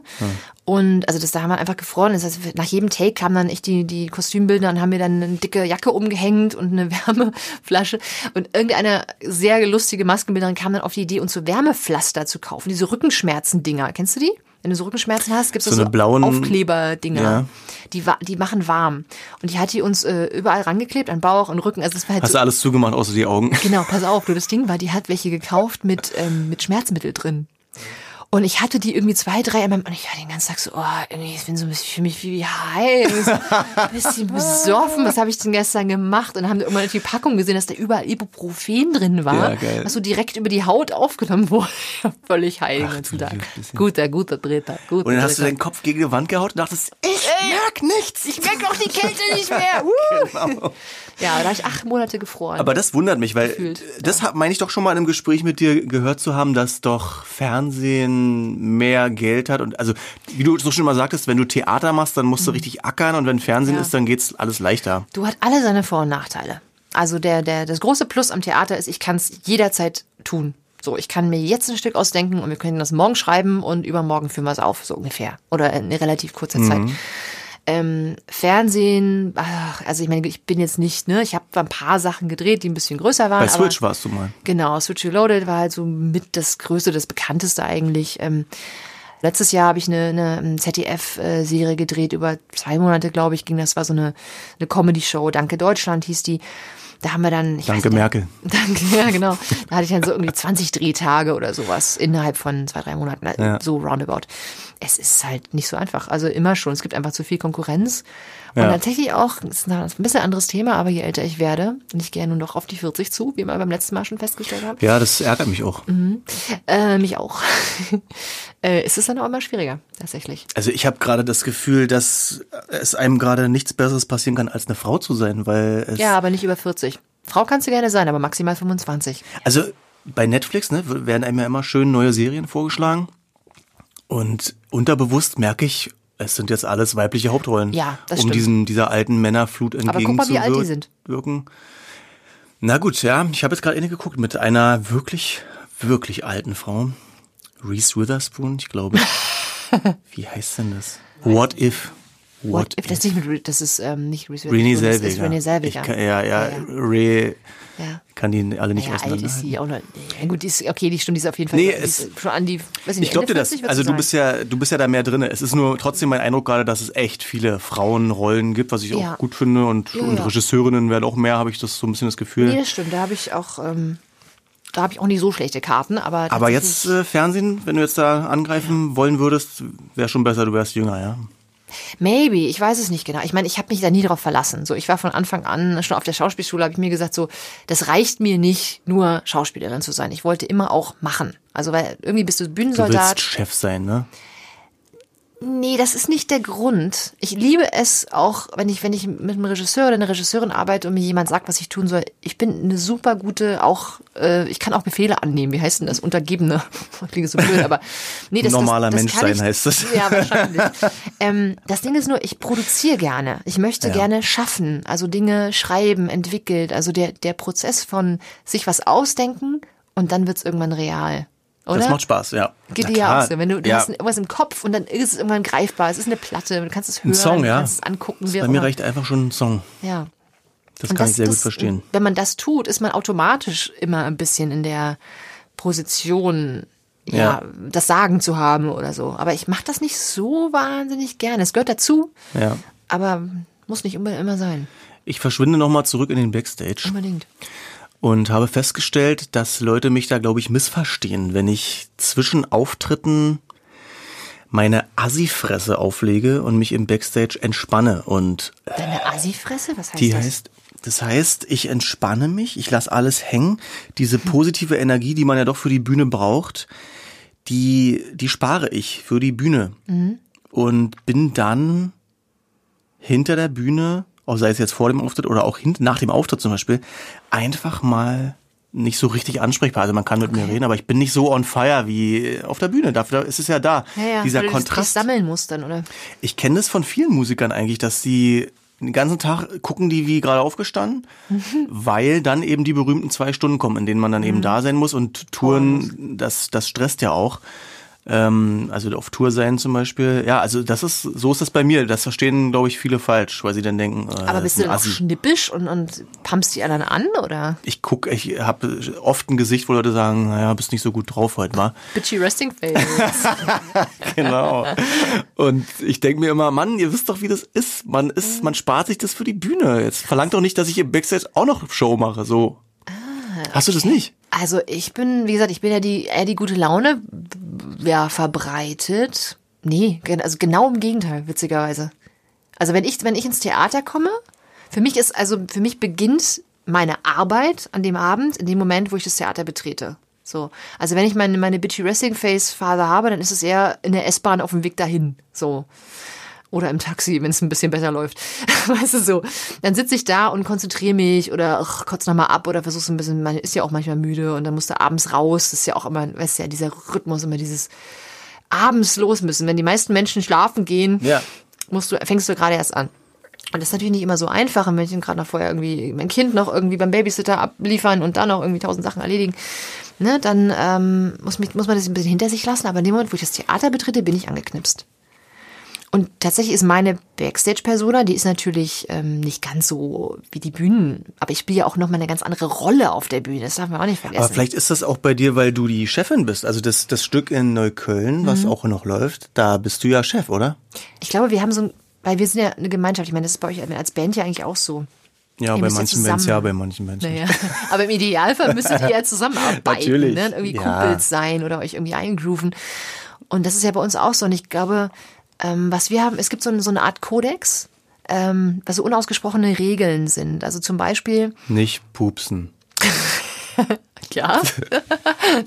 Speaker 2: Und also das da haben wir einfach gefroren. Das heißt, nach jedem Take kamen dann echt die, die Kostümbildner und haben mir dann eine dicke Jacke umgehängt und eine Wärmeflasche. Und irgendeine sehr lustige Maskenbildnerin kam dann auf die Idee, uns so Wärmepflaster zu kaufen. Diese Rückenschmerzen-Dinger. Kennst du die? Wenn du so Rückenschmerzen hast, gibt es
Speaker 1: So
Speaker 2: so,
Speaker 1: eine blauen-
Speaker 2: Aufkleber-Dinger.
Speaker 1: Ja.
Speaker 2: Die, wa- die machen warm. Und die hat die uns äh, überall rangeklebt, an Bauch und Rücken. Also es war halt
Speaker 1: Hast
Speaker 2: so
Speaker 1: du alles zugemacht, außer die Augen?
Speaker 2: Genau, pass auf, du, das Ding war, die hat welche gekauft mit, ähm, mit Schmerzmittel drin. Und ich hatte die irgendwie zwei, drei in meinem, und ich war den ganzen Tag so, oh, irgendwie, ich bin so ein bisschen, ich fühl mich wie, wie high, irgendwie so ein bisschen besoffen, was habe ich denn gestern gemacht? Und dann haben wir irgendwann auf die Packung gesehen, dass da überall Ibuprofen drin war,
Speaker 1: Ja, geil.
Speaker 2: was so direkt über die Haut aufgenommen wurde. Völlig high den ganzen
Speaker 1: du
Speaker 2: Tag.
Speaker 1: liebes
Speaker 2: Guter, guter Dritter, guter
Speaker 1: Und dann hast du
Speaker 2: Dritter.
Speaker 1: deinen Kopf gegen die Wand gehauen und dachtest, ich merk nichts.
Speaker 2: ich merke auch die Kälte nicht mehr. Uh. Ja, da habe ich acht Monate gefroren.
Speaker 1: Aber das wundert mich, weil
Speaker 2: Gefühlt,
Speaker 1: äh, das hab- meine ich doch schon mal in einem Gespräch mit dir gehört zu haben, dass doch Fernsehen mehr Geld hat und also wie du so schon mal sagtest, wenn du Theater machst, dann musst du richtig ackern und wenn Fernsehen
Speaker 2: Mhm. Ja.
Speaker 1: ist, dann geht's alles leichter.
Speaker 2: Du hat alle seine Vor- und Nachteile. Also der, der, das große Plus am Theater ist, ich kann es jederzeit tun. So, ich kann mir jetzt ein Stück ausdenken
Speaker 1: Mhm.
Speaker 2: und wir können das morgen schreiben und übermorgen führen wir es auf, so ungefähr. Oder in relativ kurzer Zeit. Ähm, Fernsehen, ach, also ich meine, ich bin jetzt nicht, ne, ich habe ein paar Sachen gedreht, die ein bisschen größer waren.
Speaker 1: Bei Switch warst du mal.
Speaker 2: Genau, Switch Reloaded war halt so mit das Größte, das Bekannteste eigentlich. Ähm, letztes Jahr habe ich eine, ähm, eine ZDF-Serie äh, gedreht, über zwei Monate, glaube ich, ging das, war so eine, eine Comedy-Show, Danke Deutschland hieß die. Da haben wir dann, ich
Speaker 1: Danke
Speaker 2: weiß nicht,
Speaker 1: Merkel.
Speaker 2: Danke, ja, genau. Da hatte ich dann so irgendwie 20 Drehtage oder sowas innerhalb von zwei, drei Monaten, also
Speaker 1: Ja.
Speaker 2: so roundabout. Es ist halt nicht so einfach. Also immer schon. Es gibt einfach zu viel Konkurrenz. Und
Speaker 1: Ja.
Speaker 2: tatsächlich auch, es ist ein bisschen anderes Thema, aber je älter ich werde, und ich gehe nun doch auf die 40 zu, wie wir beim letzten Mal schon festgestellt haben,
Speaker 1: Ja, das ärgert mich auch.
Speaker 2: Mhm. äh, mich auch, äh, ist es dann auch immer schwieriger, tatsächlich.
Speaker 1: Also ich habe gerade das Gefühl, dass es einem gerade nichts Besseres passieren kann, als eine Frau zu sein, weil es
Speaker 2: Ja, aber nicht über 40. Frau kannst du gerne sein, aber maximal 25.
Speaker 1: Also bei Netflix ne, werden einem ja immer schön neue Serien vorgeschlagen. Und unterbewusst merke ich, es sind jetzt alles weibliche Hauptrollen.
Speaker 2: Ja, das
Speaker 1: um
Speaker 2: stimmt.
Speaker 1: diesen, dieser alten Männerflut
Speaker 2: guck mal, wie
Speaker 1: entgegenzuwirken.
Speaker 2: alt die sind.
Speaker 1: Wirken. Na gut, ja, ich habe jetzt gerade inne geguckt mit einer wirklich, wirklich alten Frau. Reese Witherspoon, ich glaube. Wie heißt denn das? What if?
Speaker 2: What if, das ist nicht mit, Re- das ist ähm, nicht Reese
Speaker 1: Renee
Speaker 2: Witherspoon, das ist
Speaker 1: Selviger.
Speaker 2: Renee
Speaker 1: Ich
Speaker 2: Selviger.
Speaker 1: kann, ja, ja,
Speaker 2: ja.
Speaker 1: Re,
Speaker 2: ja.
Speaker 1: kann die alle nicht
Speaker 2: Ja, alt
Speaker 1: auseinanderhalten.
Speaker 2: ist sie auch noch. Ja, gut, die ist, okay, die stimmt, die ist auf jeden Fall
Speaker 1: Nee,
Speaker 2: die ist
Speaker 1: es-
Speaker 2: schon an die, weiß
Speaker 1: Ich glaube dir das. Also du bist ja, du bist ja da mehr drin. Es ist nur trotzdem mein Eindruck gerade, dass es echt viele Frauenrollen gibt, was ich
Speaker 2: Ja.
Speaker 1: auch gut finde. Und,
Speaker 2: Ja,
Speaker 1: und
Speaker 2: ja.
Speaker 1: Regisseurinnen werden auch mehr, habe ich das so ein bisschen das Gefühl.
Speaker 2: Nee, das stimmt, da habe ich auch, ähm, da habe ich auch nicht so schlechte Karten, aber.
Speaker 1: Aber
Speaker 2: tatsächlich-
Speaker 1: jetzt äh, Fernsehen, wenn du jetzt da angreifen wollen würdest, wäre schon besser, du wärst jünger, ja.
Speaker 2: Maybe, ich weiß es nicht genau. Ich meine, ich habe mich da nie drauf verlassen. So, ich war von Anfang an schon auf der Schauspielschule, habe ich mir gesagt, so, das reicht mir nicht, nur Schauspielerin zu sein. Ich wollte immer auch machen. Also, weil irgendwie bist du
Speaker 1: Du willst
Speaker 2: Bühnensoldat.
Speaker 1: Chef sein, ne?
Speaker 2: Nee, das ist nicht der Grund. Ich liebe es auch, wenn ich, wenn ich mit einem Regisseur oder einer Regisseurin arbeite und mir jemand sagt, was ich tun soll. Ich bin eine super gute, auch, äh, ich kann auch Befehle annehmen. Wie heißt denn das? Untergebene. Klingt so blöd, aber nee, das
Speaker 1: Normaler
Speaker 2: das, das
Speaker 1: Mensch
Speaker 2: kann
Speaker 1: sein
Speaker 2: ich,
Speaker 1: heißt das.
Speaker 2: Ja, wahrscheinlich. ähm, das Ding ist nur, ich produziere gerne. Ich möchte gerne schaffen. Also Dinge schreiben, entwickelt. Also der, der Prozess von sich was ausdenken und dann wird's irgendwann real. Oder?
Speaker 1: Das macht Spaß, ja.
Speaker 2: Geht
Speaker 1: Na
Speaker 2: dir ja
Speaker 1: klar.
Speaker 2: auch so. Wenn du, du
Speaker 1: ja.
Speaker 2: hast irgendwas im Kopf und dann ist es irgendwann greifbar. Es ist eine Platte, du kannst es hören,
Speaker 1: Song, ja.
Speaker 2: du kannst es angucken. Wie
Speaker 1: Bei
Speaker 2: auch
Speaker 1: mir
Speaker 2: immer.
Speaker 1: reicht einfach schon ein Song.
Speaker 2: Ja.
Speaker 1: Das
Speaker 2: Und
Speaker 1: kann ich sehr gut verstehen.
Speaker 2: Wenn man das tut, ist man automatisch immer ein bisschen in der Position, ja,
Speaker 1: Ja.
Speaker 2: das Sagen zu haben oder so. Aber ich mache das nicht so wahnsinnig gerne. Es gehört dazu,
Speaker 1: Ja.
Speaker 2: aber muss nicht unbedingt immer sein.
Speaker 1: Ich verschwinde nochmal zurück in den Backstage.
Speaker 2: Unbedingt.
Speaker 1: und habe festgestellt, dass Leute mich da, glaube ich, missverstehen, wenn ich zwischen Auftritten meine Assi-Fresse auflege und mich im Backstage entspanne. Und
Speaker 2: Deine Assi-Fresse? Was heißt
Speaker 1: die
Speaker 2: das?
Speaker 1: heißt, das heißt, ich entspanne mich, ich lasse alles hängen. Diese positive Energie, die man ja doch für die Bühne braucht, die, die spare ich für die Bühne.
Speaker 2: Mhm.
Speaker 1: Und bin dann hinter der Bühne, auch sei es jetzt vor dem Auftritt oder auch hin, nach dem Auftritt zum Beispiel, einfach mal nicht so richtig ansprechbar. Also man kann mit mir reden, aber ich bin nicht so on fire wie auf der Bühne. Dafür ist es ja da.
Speaker 2: ja,
Speaker 1: Dieser
Speaker 2: ja, weil du das nicht
Speaker 1: Kontrast.
Speaker 2: sammeln musst dann, oder?
Speaker 1: Ich kenne das von vielen Musikern eigentlich, dass sie den ganzen Tag gucken die wie gerade aufgestanden, weil dann eben die berühmten zwei Stunden kommen, in denen man dann
Speaker 2: Mhm.
Speaker 1: eben da sein muss und
Speaker 2: Oh,
Speaker 1: Touren, das, das stresst ja auch. Ähm, also auf Tour sein zum Beispiel. Ja, also das ist, so ist das bei mir. Das verstehen, glaube ich, viele falsch, weil sie dann denken, äh,
Speaker 2: Aber
Speaker 1: das ist
Speaker 2: bist du
Speaker 1: ein
Speaker 2: dann auch
Speaker 1: Assi.
Speaker 2: schnippisch und, und pumpst die anderen an, oder?
Speaker 1: Ich guck, ich habe oft ein Gesicht, wo Leute sagen, naja, bist nicht so gut drauf heute mal.
Speaker 2: Bitchy Resting Face.
Speaker 1: Genau. Und ich denke mir immer, Mann, ihr wisst doch, wie das ist. Man ist, man spart sich das für die Bühne. Jetzt verlangt doch nicht, dass ich im Backstage auch noch Show mache. So.
Speaker 2: Ah,
Speaker 1: Hast du das nicht?
Speaker 2: Also ich bin, wie gesagt, ich bin ja die, eher die gute Laune b- ja, verbreitet. Nee, gen- also genau im Gegenteil, witzigerweise. Also wenn ich, wenn ich ins Theater komme, für mich ist, also für mich beginnt meine Arbeit an dem Abend, in dem Moment, wo ich das Theater betrete. So. Also wenn ich meine, meine bitchy Wrestling Face Phase habe, dann ist es eher in der S-Bahn auf dem Weg dahin. So. Oder im Taxi, wenn es ein bisschen besser läuft. Weißt du so. Dann sitze ich da und konzentriere mich oder ach, kotz nochmal ab oder versuch's ein bisschen, man ist ja auch manchmal müde und dann musst du abends raus. Das ist ja auch immer, weißt du ja, dieser Rhythmus, immer dieses abends los müssen. Wenn die meisten Menschen schlafen gehen,
Speaker 1: Ja.
Speaker 2: musst du, fängst du gerade erst an. Und das ist natürlich nicht immer so einfach, und wenn ich dann gerade noch vorher irgendwie mein Kind noch irgendwie beim Babysitter abliefern und dann noch irgendwie tausend Sachen erledigen, ne, dann ähm, muss, mich, muss man das ein bisschen hinter sich lassen. Aber in dem Moment, wo ich das Theater betrete, bin ich angeknipst. Und tatsächlich ist meine Backstage-Persona, die ist natürlich ähm, nicht ganz so wie die Bühnen, aber ich spiele ja auch nochmal eine ganz andere Rolle auf der Bühne. Das darf man auch nicht vergessen.
Speaker 1: Aber vielleicht ist das auch bei dir, weil du die Chefin bist. Also das, das Stück in Neukölln,
Speaker 2: Mhm.
Speaker 1: was auch noch läuft, da bist du ja Chef, oder?
Speaker 2: ich glaube, wir haben so ein, weil wir sind ja eine Gemeinschaft. Ich meine, das ist bei euch als Band ja eigentlich auch so.
Speaker 1: Ja, bei
Speaker 2: Ihr müsst ja
Speaker 1: manchen Bands ja,
Speaker 2: zusammen-
Speaker 1: bei manchen Bands. nicht.
Speaker 2: Naja. Aber im Idealfall müsstet ihr ja zusammenarbeiten,
Speaker 1: Natürlich.
Speaker 2: ne? Und irgendwie
Speaker 1: Ja.
Speaker 2: Kumpels sein oder euch irgendwie eingrooven. Und das ist ja bei uns auch so. Und ich glaube, ähm, was wir haben, es gibt so eine, so eine Art Kodex, ähm, was so unausgesprochene Regeln sind. Also zum Beispiel,
Speaker 1: Nicht pupsen.
Speaker 2: ja,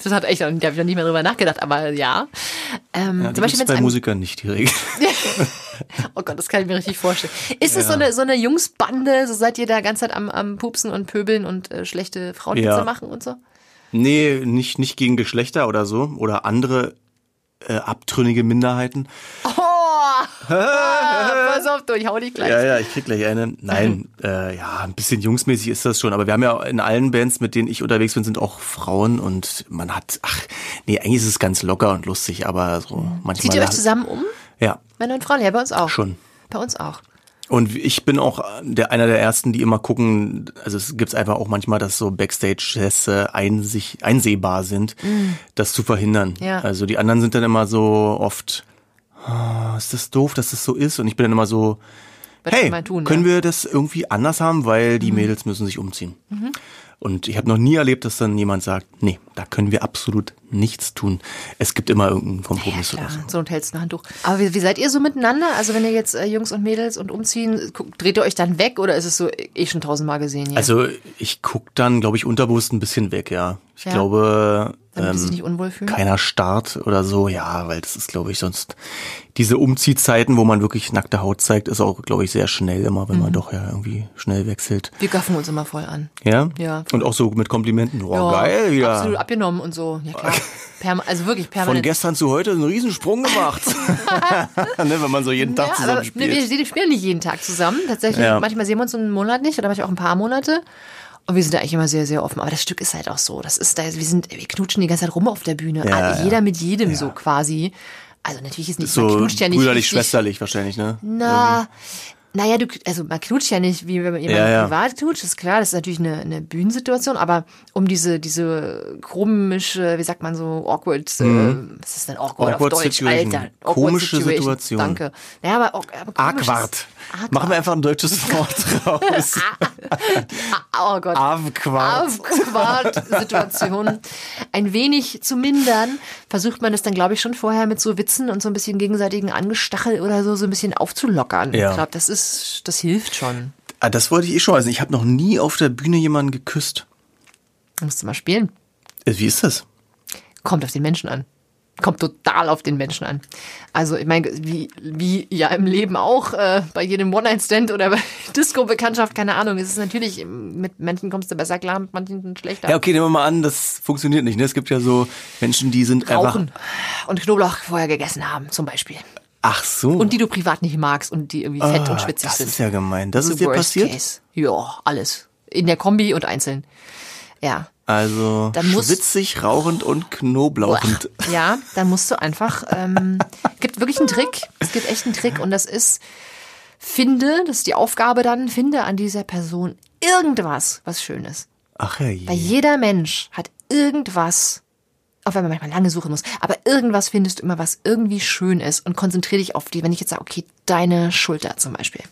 Speaker 2: das hat echt, da habe ich noch nicht mehr drüber nachgedacht, aber ja. Ähm,
Speaker 1: Ja, das ist
Speaker 2: wenn's
Speaker 1: bei
Speaker 2: an-
Speaker 1: Musikern nicht die Regel.
Speaker 2: Oh Gott, das kann ich mir richtig vorstellen. Ist es so eine, so eine Jungsbande? So seid ihr da ganze Zeit am, am Pupsen und Pöbeln und äh, schlechte Frauenwitze
Speaker 1: Ja.
Speaker 2: machen und so?
Speaker 1: Nee, nicht, nicht gegen Geschlechter oder so. Oder andere äh, abtrünnige Minderheiten.
Speaker 2: Oh! Ah, Pass auf, du, ich hau dich gleich.
Speaker 1: Ja, ja, ich krieg gleich eine. Nein,
Speaker 2: Mhm.
Speaker 1: äh, ja, ein bisschen jungsmäßig ist das schon. Aber wir haben ja in allen Bands, mit denen ich unterwegs bin, sind auch Frauen und man hat, ach, nee, eigentlich ist es ganz locker und lustig, aber so manchmal.
Speaker 2: Zieht Mhm. ihr euch zusammen um?
Speaker 1: Ja,
Speaker 2: Männer und Frauen? Ja, bei uns auch.
Speaker 1: Schon.
Speaker 2: Bei uns auch.
Speaker 1: Und ich bin auch der, einer der ersten, die immer gucken, also es gibt's einfach auch manchmal, dass so Backstage-Sätze einsich- einsehbar sind, das zu verhindern.
Speaker 2: Mm. Ja.
Speaker 1: Also die anderen sind dann immer so oft, "Ah, ist das doof, dass das so ist? Und ich bin dann immer so, hey,
Speaker 2: kann man tun,
Speaker 1: können
Speaker 2: ja?" Mhm.
Speaker 1: wir das irgendwie anders haben, weil die Mädels müssen sich umziehen. Und ich habe noch nie erlebt, dass dann jemand sagt, nee, da können wir absolut nichts tun. Es gibt immer irgendeinen Kompromiss
Speaker 2: Klar,
Speaker 1: oder so.
Speaker 2: so und hältst ein Handtuch. Aber wie, wie seid ihr so miteinander? Also wenn ihr jetzt äh, Jungs und Mädels und umziehen, guckt, dreht ihr euch dann weg oder ist es so, eh schon tausendmal gesehen? Ja?
Speaker 1: Also ich guck dann, glaube ich, unterbewusst ein bisschen weg, ja. Ich
Speaker 2: Ja.
Speaker 1: glaube,
Speaker 2: Damit die sich
Speaker 1: ähm,
Speaker 2: nicht unwohl fühlen?
Speaker 1: keiner Start oder so, ja, weil das ist, glaube ich, sonst diese Umziehzeiten, wo man wirklich nackte Haut zeigt, ist auch, glaube ich, sehr schnell immer, wenn
Speaker 2: Mhm.
Speaker 1: man doch ja irgendwie schnell wechselt.
Speaker 2: Wir gaffen uns immer voll an.
Speaker 1: Ja?
Speaker 2: Ja.
Speaker 1: Und auch so mit Komplimenten. Oh,
Speaker 2: Ja,
Speaker 1: geil, wieder.
Speaker 2: Absolut abgenommen und so. Ja klar. Perma also wirklich
Speaker 1: Von
Speaker 2: permanent.
Speaker 1: gestern zu heute einen Riesensprung gemacht. ne, wenn man so jeden Tag
Speaker 2: aber
Speaker 1: zusammen
Speaker 2: nee, wir
Speaker 1: spielt.
Speaker 2: wir spielen nicht jeden Tag zusammen. Tatsächlich,
Speaker 1: Ja.
Speaker 2: manchmal sehen wir uns einen Monat nicht oder manchmal auch ein paar Monate. Und wir sind da eigentlich immer sehr, sehr offen. Aber das Stück ist halt auch so. Das ist da, wir sind, wir knutschen die ganze Zeit rum auf der Bühne.
Speaker 1: Ja,
Speaker 2: Alle-
Speaker 1: ja.
Speaker 2: Jeder mit jedem so quasi. Also natürlich ist nicht, man
Speaker 1: So
Speaker 2: knutscht ja nicht.
Speaker 1: brüderlich,
Speaker 2: richtig.
Speaker 1: schwesterlich wahrscheinlich, ne?
Speaker 2: Na, naja, du, also man knutscht ja nicht, wie wenn man jemanden
Speaker 1: Ja, ja.
Speaker 2: privat knutscht, ist klar, das ist natürlich eine, eine Bühnensituation, aber um diese, diese komische, wie sagt man so, awkward, äh, was ist denn awkward,
Speaker 1: Mhm. Awkward
Speaker 2: auf Deutsch,
Speaker 1: Situation.
Speaker 2: Alter?
Speaker 1: Komische Situation.
Speaker 2: Danke. Naja, aber, auch- aber komisches-
Speaker 1: Aquart. Machen wir einfach ein deutsches Wort raus.
Speaker 2: Ah, Oh Gott.
Speaker 1: Avquart.
Speaker 2: Situation ein wenig zu mindern, versucht man es dann, glaube ich, schon vorher mit so Witzen und so ein bisschen gegenseitigen Angestachel oder so, so ein bisschen aufzulockern.
Speaker 1: Ja.
Speaker 2: Ich glaube, das ist, das hilft schon.
Speaker 1: Ah, das wollte ich eh schon wissen. Ich habe noch nie auf der Bühne jemanden geküsst.
Speaker 2: Musst du mal spielen.
Speaker 1: Äh, Wie ist das?
Speaker 2: Kommt auf den Menschen an. Kommt total auf den Menschen an. Also, ich meine, wie, wie ja im Leben auch, äh, bei jedem One-Night-Stand oder bei Disco-Bekanntschaft, keine Ahnung, es ist natürlich, mit manchen kommst du besser klar, mit manchen schlechter.
Speaker 1: Ja, okay, nehmen wir mal an, das funktioniert nicht. Ne? Es gibt ja so Menschen, die sind
Speaker 2: Rauchen
Speaker 1: einfach.
Speaker 2: und Knoblauch vorher gegessen haben, zum Beispiel.
Speaker 1: Ach so.
Speaker 2: Und die du privat nicht magst und die irgendwie fett und
Speaker 1: Ah,
Speaker 2: schwitzig
Speaker 1: das
Speaker 2: sind.
Speaker 1: ist ja gemein. Das ist dir
Speaker 2: Worst
Speaker 1: passiert?
Speaker 2: Case. Ja, alles. In der Kombi und einzeln. Ja.
Speaker 1: Also
Speaker 2: Dann muss-
Speaker 1: schwitzig, rauchend und knoblauchend.
Speaker 2: Ja, dann musst du einfach. Ähm, gibt wirklich einen Trick. Es gibt echt einen Trick und das ist, finde, das ist die Aufgabe dann, finde an dieser Person irgendwas, was Schönes.
Speaker 1: Ach ja.
Speaker 2: Weil jeder Mensch hat irgendwas, auch wenn man manchmal lange suchen muss, aber irgendwas findest du immer, was irgendwie schön ist und konzentriere dich auf die, wenn ich jetzt sage, okay, deine Schulter zum Beispiel.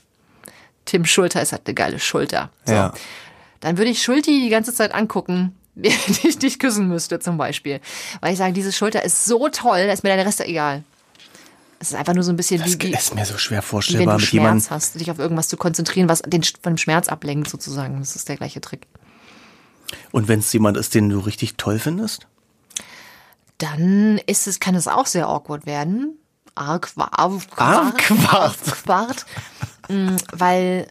Speaker 2: Tim Schulter ist halt eine geile Schulter. So.
Speaker 1: Ja.
Speaker 2: Dann würde ich Schulti die ganze Zeit angucken, wenn ich dich küssen müsste zum Beispiel. Weil ich sage, diese Schulter ist so toll, da ist mir der Rest egal. Es ist einfach nur so ein bisschen
Speaker 1: Das
Speaker 2: wie, wie,
Speaker 1: ist mir so schwer
Speaker 2: wie wenn
Speaker 1: vorstellbar
Speaker 2: du
Speaker 1: mit
Speaker 2: Schmerz
Speaker 1: jemandem.
Speaker 2: hast, dich auf irgendwas zu konzentrieren, was den Sch- von dem Schmerz ablenkt sozusagen. Das ist der gleiche Trick.
Speaker 1: Und wenn es jemand ist, den du richtig toll findest?
Speaker 2: dann ist es, kann es auch sehr awkward werden.
Speaker 1: Awkward.
Speaker 2: Argwart. Mm, Weil,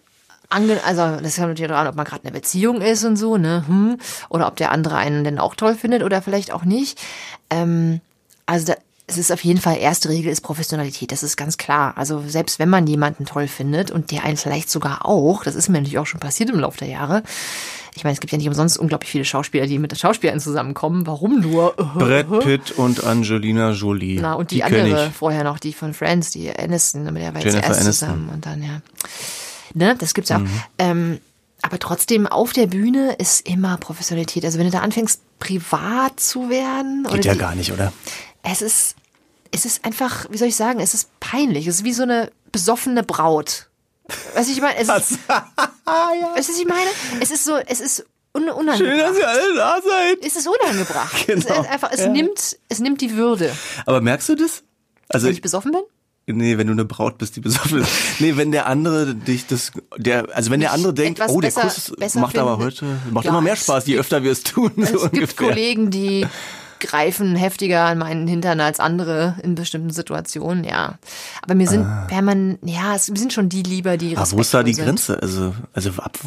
Speaker 2: ange also das kommt natürlich daran, ob man gerade in einer Beziehung ist und so, ne? Hm. Oder ob der andere einen denn auch toll findet oder vielleicht auch nicht. Ähm, also da, es ist auf jeden Fall, erste Regel ist Professionalität, das ist ganz klar. Also selbst wenn man jemanden toll findet und der einen vielleicht sogar auch, das ist mir natürlich auch schon passiert im Laufe der Jahre, Ich meine, es gibt ja nicht umsonst unglaublich viele Schauspieler, die mit Schauspielern zusammenkommen. Warum nur?
Speaker 1: Brad Pitt und Angelina Jolie.
Speaker 2: Na, und die,
Speaker 1: kenn
Speaker 2: andere vorher noch, die von Friends, die Aniston, mit der war jetzt
Speaker 1: Jennifer
Speaker 2: erst
Speaker 1: Aniston. Mhm.
Speaker 2: zusammen und dann, ja. Ne, das gibt's ja auch. Ähm, aber trotzdem, auf der Bühne ist immer Professionalität. Also wenn du da anfängst, privat zu werden.
Speaker 1: Geht ja gar nicht, oder?
Speaker 2: Es ist, es ist einfach, wie soll ich sagen, es ist peinlich. Es ist wie so eine besoffene Braut. Weißt du, ich meine, es ist, weißt du, was ich meine? Es ist so, es ist un
Speaker 1: Schön, dass
Speaker 2: unangebracht.
Speaker 1: ihr alle da seid.
Speaker 2: Es ist unangebracht.
Speaker 1: Genau,
Speaker 2: Es ist einfach, es
Speaker 1: ja.
Speaker 2: nimmt, es nimmt die Würde.
Speaker 1: Aber merkst du das? Also,
Speaker 2: Wenn ich besoffen bin?
Speaker 1: nee, wenn du eine Braut bist, die besoffen ist. Nee, wenn der andere dich das, der, also wenn der andere denkt,
Speaker 2: etwas
Speaker 1: oh, der
Speaker 2: besser-
Speaker 1: Kuss
Speaker 2: besser
Speaker 1: macht aber heute,
Speaker 2: finden.
Speaker 1: macht
Speaker 2: Ja,
Speaker 1: immer mehr
Speaker 2: es
Speaker 1: Spaß, je öfter wir es tun, so
Speaker 2: Es gibt
Speaker 1: ungefähr.
Speaker 2: Kollegen, die greifen heftiger an meinen Hintern als andere in bestimmten Situationen, ja. Aber mir sind permanent, ja, es sind schon die lieber, die
Speaker 1: Ah. Aber wo ist da die
Speaker 2: respektvoll sind.
Speaker 1: Grenze? Also, also ab,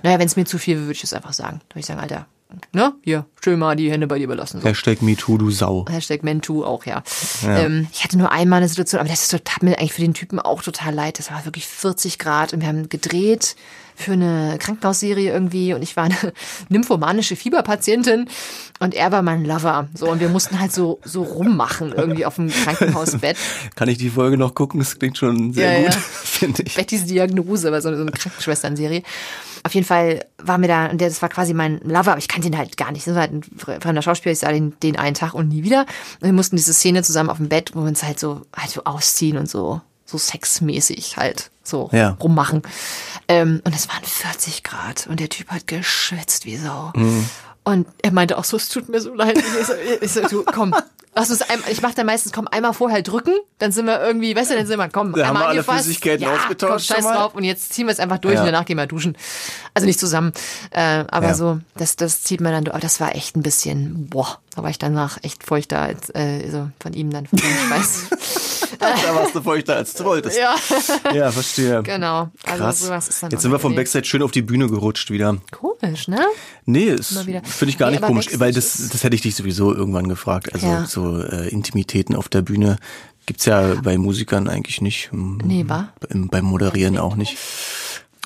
Speaker 2: Naja, wenn es mir zu viel wird, würde ich es einfach sagen. Da würde ich sagen, Alter, ne? Hier, schön mal die Hände bei dir belassen. So.
Speaker 1: Hashtag MeToo, du Sau.
Speaker 2: Hashtag Mentu auch, ja. Ähm, ich hatte nur einmal eine Situation, aber das ist total, hat mir eigentlich für den Typen auch total leid. Das war wirklich 40 Grad und wir haben gedreht für eine Krankenhausserie irgendwie und ich war eine nymphomanische Fieberpatientin und er war mein Lover. So, und wir mussten halt so, so rummachen irgendwie auf dem Krankenhausbett.
Speaker 1: Kann ich die Folge noch gucken? Das klingt schon sehr
Speaker 2: Ja,
Speaker 1: gut,
Speaker 2: ja.
Speaker 1: finde ich.
Speaker 2: Bettys Diagnose, war so eine, so eine Krankenschwestern-Serie. Auf jeden Fall war mir da, und der- das war quasi mein Lover, aber ich kannte ihn halt gar nicht. Das war halt ein fre- fremder Schauspieler, ich sah den, den einen Tag und nie wieder. Und wir mussten diese Szene zusammen auf dem Bett, wo wir uns halt so, halt so ausziehen und so, so sexmäßig halt so
Speaker 1: Ja.
Speaker 2: rummachen. Ähm, und es waren 40 Grad und der Typ hat geschwitzt wie Sau. Und er meinte auch so, es tut mir so leid. Und Ich so, ich so du, komm. Lass uns einmal, ich mache dann meistens, komm, einmal vorher drücken, dann sind wir irgendwie, weißt du, dann sind wir, komm,
Speaker 1: Da haben
Speaker 2: einmal
Speaker 1: wir alle
Speaker 2: angefasst.
Speaker 1: Flüssigkeiten
Speaker 2: ja,
Speaker 1: ausgetauscht
Speaker 2: Komm, scheiß
Speaker 1: schon mal.
Speaker 2: drauf und jetzt ziehen wir es einfach durch
Speaker 1: Ja.
Speaker 2: und danach gehen wir duschen. Also nicht zusammen, äh, aber
Speaker 1: Ja.
Speaker 2: so, das, das zieht man dann durch. Aber das war echt ein bisschen, boah, da war ich danach echt feuchter als, äh, so von ihm dann, von dem Schweiß.
Speaker 1: Da warst du feuchter als du wolltest.
Speaker 2: ja,
Speaker 1: Ja, verstehe.
Speaker 2: genau. Also
Speaker 1: Krass.
Speaker 2: sowas ist dann
Speaker 1: Jetzt sind wir vom
Speaker 2: unangenehm.
Speaker 1: Backstage schön auf die Bühne gerutscht wieder.
Speaker 2: Komisch, ne?
Speaker 1: Nee, ist
Speaker 2: Immer wieder.
Speaker 1: finde ich gar
Speaker 2: Nee,
Speaker 1: nicht
Speaker 2: aber
Speaker 1: komisch,
Speaker 2: Backstage
Speaker 1: weil das,
Speaker 2: ist-
Speaker 1: das hätte ich dich sowieso irgendwann gefragt. Also
Speaker 2: Ja.
Speaker 1: so äh, Intimitäten auf der Bühne gibt's ja bei Musikern eigentlich nicht. Hm,
Speaker 2: Nee, wa?
Speaker 1: Beim, beim Moderieren auch nicht.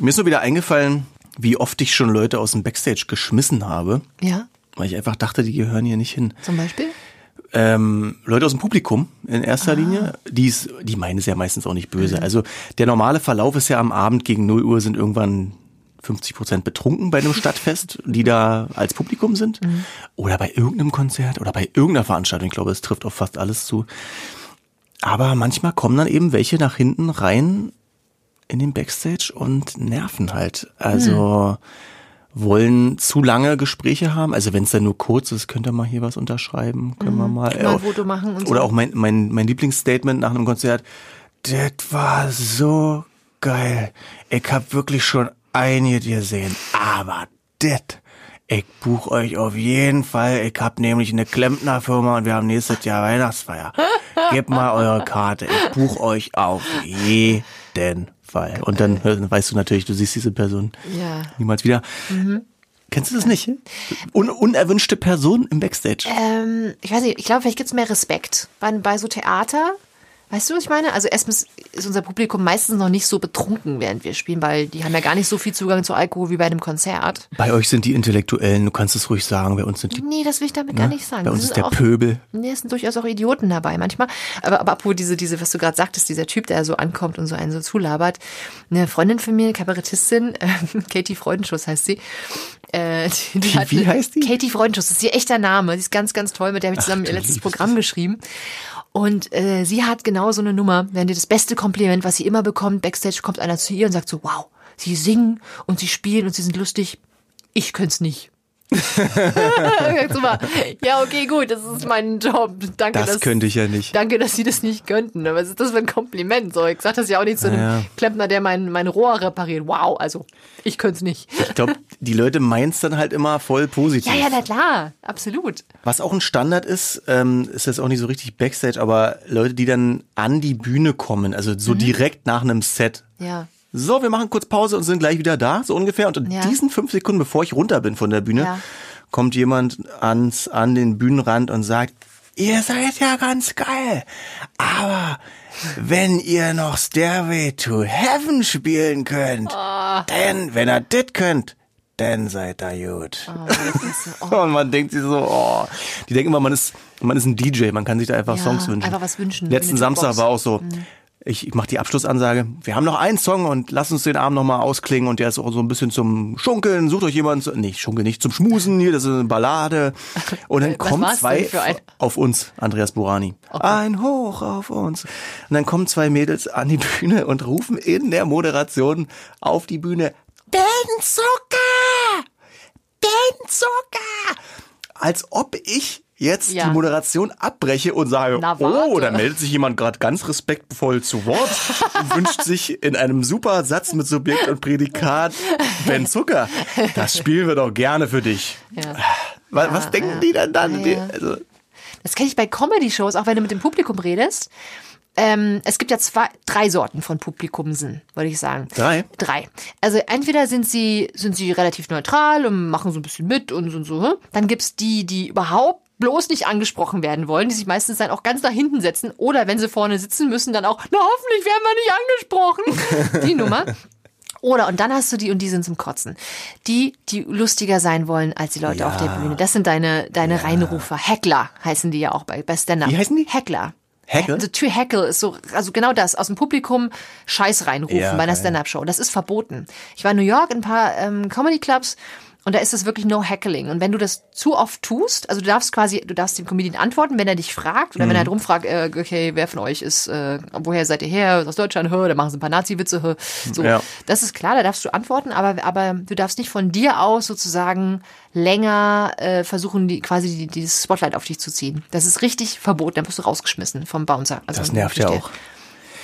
Speaker 1: Mir ist nur wieder eingefallen, wie oft ich schon Leute aus dem Backstage geschmissen habe,
Speaker 2: Ja,
Speaker 1: weil ich einfach dachte, die gehören hier nicht hin.
Speaker 2: zum Beispiel?
Speaker 1: ähm, Leute aus dem Publikum in erster Linie, die, ist, die meinen es ja meistens auch nicht böse. Also der normale Verlauf ist ja am Abend gegen 0 Uhr sind irgendwann 50 Prozent betrunken bei einem Stadtfest, die da als Publikum sind. Oder bei irgendeinem Konzert oder bei irgendeiner Veranstaltung. Ich glaube, es trifft auf fast alles zu. Aber manchmal kommen dann eben welche nach hinten rein in den Backstage und nerven halt. Also
Speaker 2: Hm.
Speaker 1: wollen zu lange Gespräche haben. Also wenn es dann nur kurz ist, könnt ihr mal hier was unterschreiben, können wir mal.
Speaker 2: Hm.
Speaker 1: äh,
Speaker 2: Mal ein Foto machen und so.
Speaker 1: oder auch mein, mein, mein Lieblingsstatement nach einem Konzert. Das war so geil. Ich hab wirklich schon einige dir sehen, aber das. Ich buch euch auf jeden Fall. Ich hab nämlich eine Klempnerfirma und wir haben nächstes Jahr Weihnachtsfeier. Gebt mal eure Karte. Ich buch euch auf jeden Fall. Und dann hör- weißt du natürlich, du siehst diese Person
Speaker 2: Ja.
Speaker 1: niemals wieder. Kennst du das nicht? Un unerwünschte Person im Backstage.
Speaker 2: Ähm, ich weiß nicht, ich glaube, vielleicht gibt's mehr Respekt bei, bei so Theater. Weißt du, was ich meine? Also erstens ist unser Publikum meistens noch nicht so betrunken, während wir spielen, weil die haben ja gar nicht so viel Zugang zu Alkohol wie bei einem Konzert.
Speaker 1: Bei euch sind die Intellektuellen, du kannst es ruhig sagen, bei uns sind die.
Speaker 2: Nee, das will ich damit gar nicht sagen.
Speaker 1: Ne? Bei uns
Speaker 2: Das
Speaker 1: ist der
Speaker 2: auch-
Speaker 1: Pöbel.
Speaker 2: Nee, es sind durchaus auch Idioten dabei manchmal. Aber, aber apropos diese, diese, was du gerade sagtest, dieser Typ, der so ankommt und so einen so zulabert. Eine Freundin von mir, Kabarettistin, äh, Katie Freudenschuss heißt sie. Äh, die, die
Speaker 1: Wie-
Speaker 2: hat-
Speaker 1: wie heißt die?
Speaker 2: Katie Freudenschuss, das ist ihr echter Name. Sie ist ganz, ganz toll, mit der habe ich zusammen
Speaker 1: du
Speaker 2: ihr letztes
Speaker 1: liebes
Speaker 2: Programm geschrieben. Und äh, sie hat genau so eine Nummer, wenn dir das beste Kompliment, was sie immer bekommt, Backstage kommt einer zu ihr und sagt so, wow, sie singen und sie spielen und sie sind lustig. Ich könnte es nicht. Sag so mal, ja, okay, gut, das ist mein Job. Danke,
Speaker 1: Das
Speaker 2: dass,
Speaker 1: könnte ich ja nicht.
Speaker 2: Danke, dass Sie das nicht könnten. Aber was ist das für ein Kompliment? So, ich sag das ja auch nicht zu einem
Speaker 1: Ja.
Speaker 2: Klempner, der mein, mein Rohr repariert. Wow, also ich könnte es nicht.
Speaker 1: Ich glaube, die Leute meinen's dann halt immer voll positiv.
Speaker 2: Ja, ja, na klar, absolut.
Speaker 1: Was auch ein Standard ist, ähm, ist jetzt auch nicht so richtig Backstage, aber Leute, die dann an die Bühne kommen, also so direkt nach einem Set.
Speaker 2: Mhm. Ja.
Speaker 1: So, wir machen kurz Pause und sind gleich wieder da, so ungefähr. Und in
Speaker 2: Ja.
Speaker 1: diesen fünf Sekunden, bevor ich runter bin von der Bühne,
Speaker 2: Ja.
Speaker 1: kommt jemand ans, an den Bühnenrand und sagt, ihr seid ja ganz geil, aber wenn ihr noch
Speaker 2: Oh.
Speaker 1: Stairway to Heaven spielen könnt, denn wenn ihr das könnt, dann seid ihr gut.
Speaker 2: Oh, meine Fresse. Oh,
Speaker 1: Und man denkt sich so, oh. Die denken immer, man ist, man ist ein DJ, man kann sich da einfach
Speaker 2: Ja,
Speaker 1: Songs wünschen.
Speaker 2: einfach was wünschen,
Speaker 1: Letzten
Speaker 2: eine
Speaker 1: Samstag
Speaker 2: Jukebox.
Speaker 1: war auch so, ich, ich mache die Abschlussansage, wir haben noch einen Song und lasst uns den Abend nochmal ausklingen und der ist auch so ein bisschen zum Schunkeln, sucht euch jemanden, zu, nee, Schunkeln nicht, zum Schmusen hier, das ist eine Ballade. Und dann
Speaker 2: Äh, Was
Speaker 1: kommen
Speaker 2: war's
Speaker 1: zwei
Speaker 2: denn für ein-
Speaker 1: auf uns, Andreas Burani. Ein Hoch auf uns. Und dann kommen zwei Mädels an die Bühne und rufen in der Moderation auf die Bühne, den Zucker! den Zucker! Als ob ich jetzt
Speaker 2: Ja.
Speaker 1: die Moderation abbreche und sage,
Speaker 2: Na, warte.
Speaker 1: oh, da meldet sich jemand gerade ganz respektvoll zu Wort und wünscht sich in einem super Satz mit Subjekt und Prädikat Ben Zucker. Das spielen wir doch gerne für dich.
Speaker 2: Ja.
Speaker 1: Was, was denken die denn dann?
Speaker 2: Ja, ja.
Speaker 1: Die, also,
Speaker 2: Das kenne ich bei Comedy-Shows, auch wenn du mit dem Publikum redest. Ähm, es gibt ja zwei, drei Sorten von Publikumsen, würde ich sagen.
Speaker 1: Drei?
Speaker 2: Drei. Also entweder sind sie, sind sie relativ neutral und machen so ein bisschen mit und so und so. hm? Dann gibt's die, die überhaupt bloß nicht angesprochen werden wollen, die sich meistens dann auch ganz nach hinten setzen oder wenn sie vorne sitzen müssen, dann auch, na hoffentlich werden wir nicht angesprochen. Die Nummer. Oder, und dann hast du die, und die sind zum Kotzen. Die, die lustiger sein wollen als die Leute auf der Bühne. Das sind deine, deine Reinrufer. Heckler heißen die ja auch bei, bei Stand-Up.
Speaker 1: Wie heißen die?
Speaker 2: Heckler.
Speaker 1: Heckle?
Speaker 2: Also to heckle ist so, also genau das, aus dem Publikum Scheiß reinrufen
Speaker 1: Ja,
Speaker 2: bei einer
Speaker 1: geil.
Speaker 2: Stand-Up-Show. Das ist verboten. Ich war in New York in ein paar ähm, Comedy-Clubs und da ist es wirklich no heckling. Und wenn du das zu oft tust, also du darfst quasi, du darfst dem Comedian antworten, wenn er dich fragt oder
Speaker 1: Mhm.
Speaker 2: wenn er drum fragt, äh, okay, wer von euch ist, äh, woher seid ihr her, aus Deutschland, hä, da machen sie ein paar Nazi-Witze, hä. So,
Speaker 1: Ja.
Speaker 2: das ist klar, da darfst du antworten, aber, aber du darfst nicht von dir aus sozusagen länger äh, versuchen, die, quasi die, dieses Spotlight auf dich zu ziehen. Das ist richtig verboten, da wirst du rausgeschmissen vom Bouncer. Also
Speaker 1: das
Speaker 2: vom
Speaker 1: nervt ja
Speaker 2: Türsteher.
Speaker 1: auch.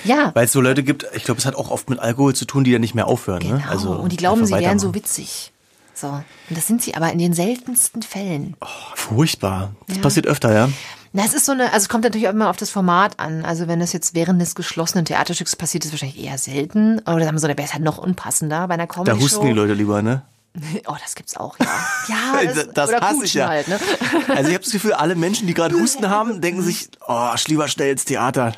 Speaker 2: Ja,
Speaker 1: Weil es so Leute gibt, ich glaube, es hat auch oft mit Alkohol zu tun, die dann nicht mehr aufhören.
Speaker 2: genau.
Speaker 1: ne? also,
Speaker 2: und die glauben,
Speaker 1: einfach
Speaker 2: sie wären so
Speaker 1: weitermachen.
Speaker 2: witzig. So. Und das sind sie aber in den seltensten Fällen.
Speaker 1: Oh, furchtbar. Das passiert öfter, ja.
Speaker 2: Na, es ist so eine, also es kommt natürlich auch immer auf das Format an. Also wenn das jetzt während des geschlossenen Theaterstücks passiert, ist es wahrscheinlich eher selten. Oder sagen wir so, da wäre es halt noch unpassender bei einer
Speaker 1: Da
Speaker 2: Comedy-Show.
Speaker 1: husten die Leute lieber, ne?
Speaker 2: Oh, das gibt's auch, ja. Ja, Ah, das,
Speaker 1: Also, das
Speaker 2: oder
Speaker 1: hasse
Speaker 2: Kutschen
Speaker 1: ich ja.
Speaker 2: halt, ne?
Speaker 1: Also ich habe das Gefühl, alle Menschen, die gerade Husten haben, denken sich, oh, lieber schnell ins Theater.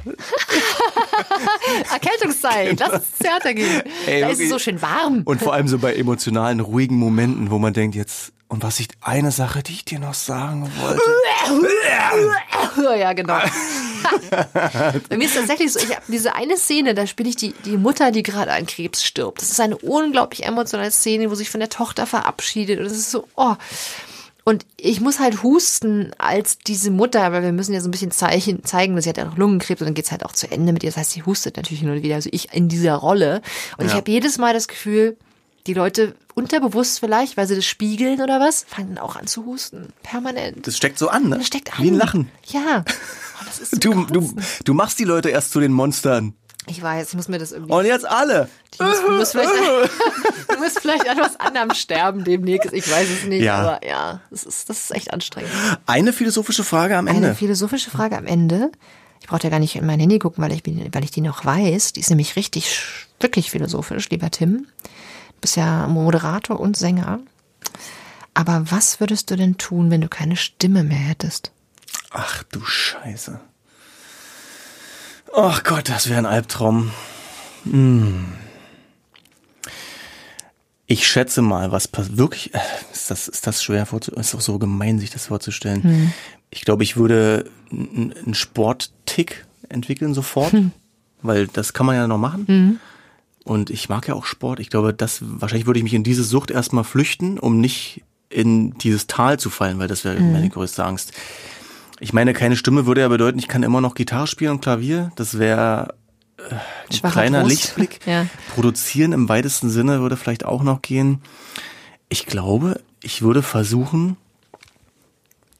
Speaker 2: Erkältungszeit, lass uns ins Theater gehen.
Speaker 1: Ey,
Speaker 2: da
Speaker 1: wirklich.
Speaker 2: ist es so schön warm.
Speaker 1: Und vor allem so bei emotionalen, ruhigen Momenten, wo man denkt jetzt, und was ich, eine Sache, die ich dir noch sagen wollte.
Speaker 2: ja, genau. Bei mir ist tatsächlich so, ich habe diese eine Szene, da spiele ich die, die Mutter, die gerade an Krebs stirbt. Das ist eine unglaublich emotionale Szene, wo sich von der Tochter verabschiedet. Und es ist so, oh. Und ich muss halt husten als diese Mutter, weil wir müssen ja so ein bisschen Zeichen zeigen, dass sie hat ja noch Lungenkrebs und dann geht's halt auch zu Ende mit ihr. Das heißt, sie hustet natürlich hin und wieder. Also ich in dieser Rolle. Und ich
Speaker 1: Ja.
Speaker 2: habe jedes Mal das Gefühl, die Leute unterbewusst vielleicht, weil sie das spiegeln oder was, fangen auch an zu husten. Permanent.
Speaker 1: Das steckt so an, ne?
Speaker 2: Das steckt an.
Speaker 1: Wie ein Lachen.
Speaker 2: Ja. Oh, das ist so
Speaker 1: Du,
Speaker 2: krass.
Speaker 1: du, du machst die Leute erst zu den Monstern.
Speaker 2: Ich weiß, ich muss mir das irgendwie.
Speaker 1: Und jetzt alle.
Speaker 2: Ich muss, muss vielleicht, du musst vielleicht an was anderem sterben demnächst. Ich weiß es nicht,
Speaker 1: Ja.
Speaker 2: aber ja, das ist, das ist echt anstrengend.
Speaker 1: Eine philosophische Frage am
Speaker 2: Eine
Speaker 1: Ende.
Speaker 2: philosophische Frage am Ende. Ich brauchte ja gar nicht in mein Handy gucken, weil ich, bin, weil ich die noch weiß. Die ist nämlich richtig, sch- wirklich philosophisch, lieber Tim. Du bist ja Moderator und Sänger. Aber was würdest du denn tun, wenn du keine Stimme mehr hättest?
Speaker 1: Ach du Scheiße. Ach Gott, das wäre ein Albtraum. Hm. Ich schätze mal, was pass- wirklich äh, ist das ist das schwer vorzustellen, ist auch so gemein sich das vorzustellen. Ich glaube, ich würde n- n- einen Sporttick entwickeln sofort, weil das kann man ja noch machen. Und ich mag ja auch Sport. Ich glaube, das wahrscheinlich würde ich mich in diese Sucht erstmal flüchten, um nicht in dieses Tal zu fallen, weil das wäre meine größte Angst. Ich meine, keine Stimme würde ja bedeuten, ich kann immer noch Gitarre spielen und Klavier. Das wäre äh, ein
Speaker 2: Schwacher
Speaker 1: kleiner
Speaker 2: Trost.
Speaker 1: Lichtblick.
Speaker 2: Ja.
Speaker 1: Produzieren im weitesten Sinne würde vielleicht auch noch gehen. Ich glaube, ich würde versuchen,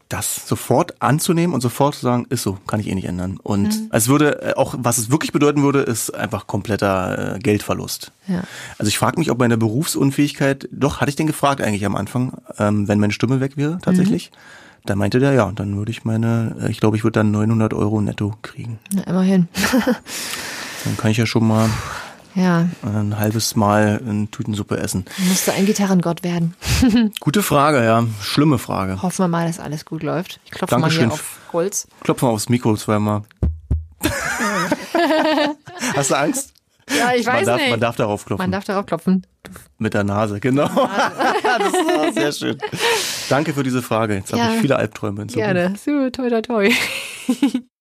Speaker 1: das sofort anzunehmen und sofort zu sagen, ist so, kann ich eh nicht ändern. Und
Speaker 2: Mhm.
Speaker 1: es würde äh, auch, was es wirklich bedeuten würde, ist einfach kompletter äh, Geldverlust.
Speaker 2: Ja.
Speaker 1: Also ich frage mich, ob meine Berufsunfähigkeit, doch, hatte ich den gefragt eigentlich am Anfang, ähm, wenn meine Stimme weg wäre, tatsächlich.
Speaker 2: Mhm.
Speaker 1: Da meinte der, ja, dann würde ich meine, äh, ich glaube, ich würde dann 900 Euro netto kriegen.
Speaker 2: Na, immerhin.
Speaker 1: Dann kann ich ja schon mal
Speaker 2: ja,
Speaker 1: ein halbes Mal eine Tütensuppe essen.
Speaker 2: du musst ein Gitarrengott werden.
Speaker 1: Gute Frage, ja. Schlimme Frage.
Speaker 2: Hoffen wir mal, dass alles gut läuft. Ich klopfe mal
Speaker 1: Dankeschön.
Speaker 2: hier auf Holz.
Speaker 1: Klopf mal aufs Mikro zweimal. Hast du Angst?
Speaker 2: Ja, ich
Speaker 1: man,
Speaker 2: weiß
Speaker 1: darf,
Speaker 2: nicht.
Speaker 1: man darf darauf klopfen.
Speaker 2: Man darf darauf klopfen.
Speaker 1: Mit der Nase, genau. das ist auch sehr schön. Danke für diese Frage. Jetzt
Speaker 2: Ja.
Speaker 1: habe ich viele Albträume in Zukunft.
Speaker 2: Gerne. So, toi, toi, toi.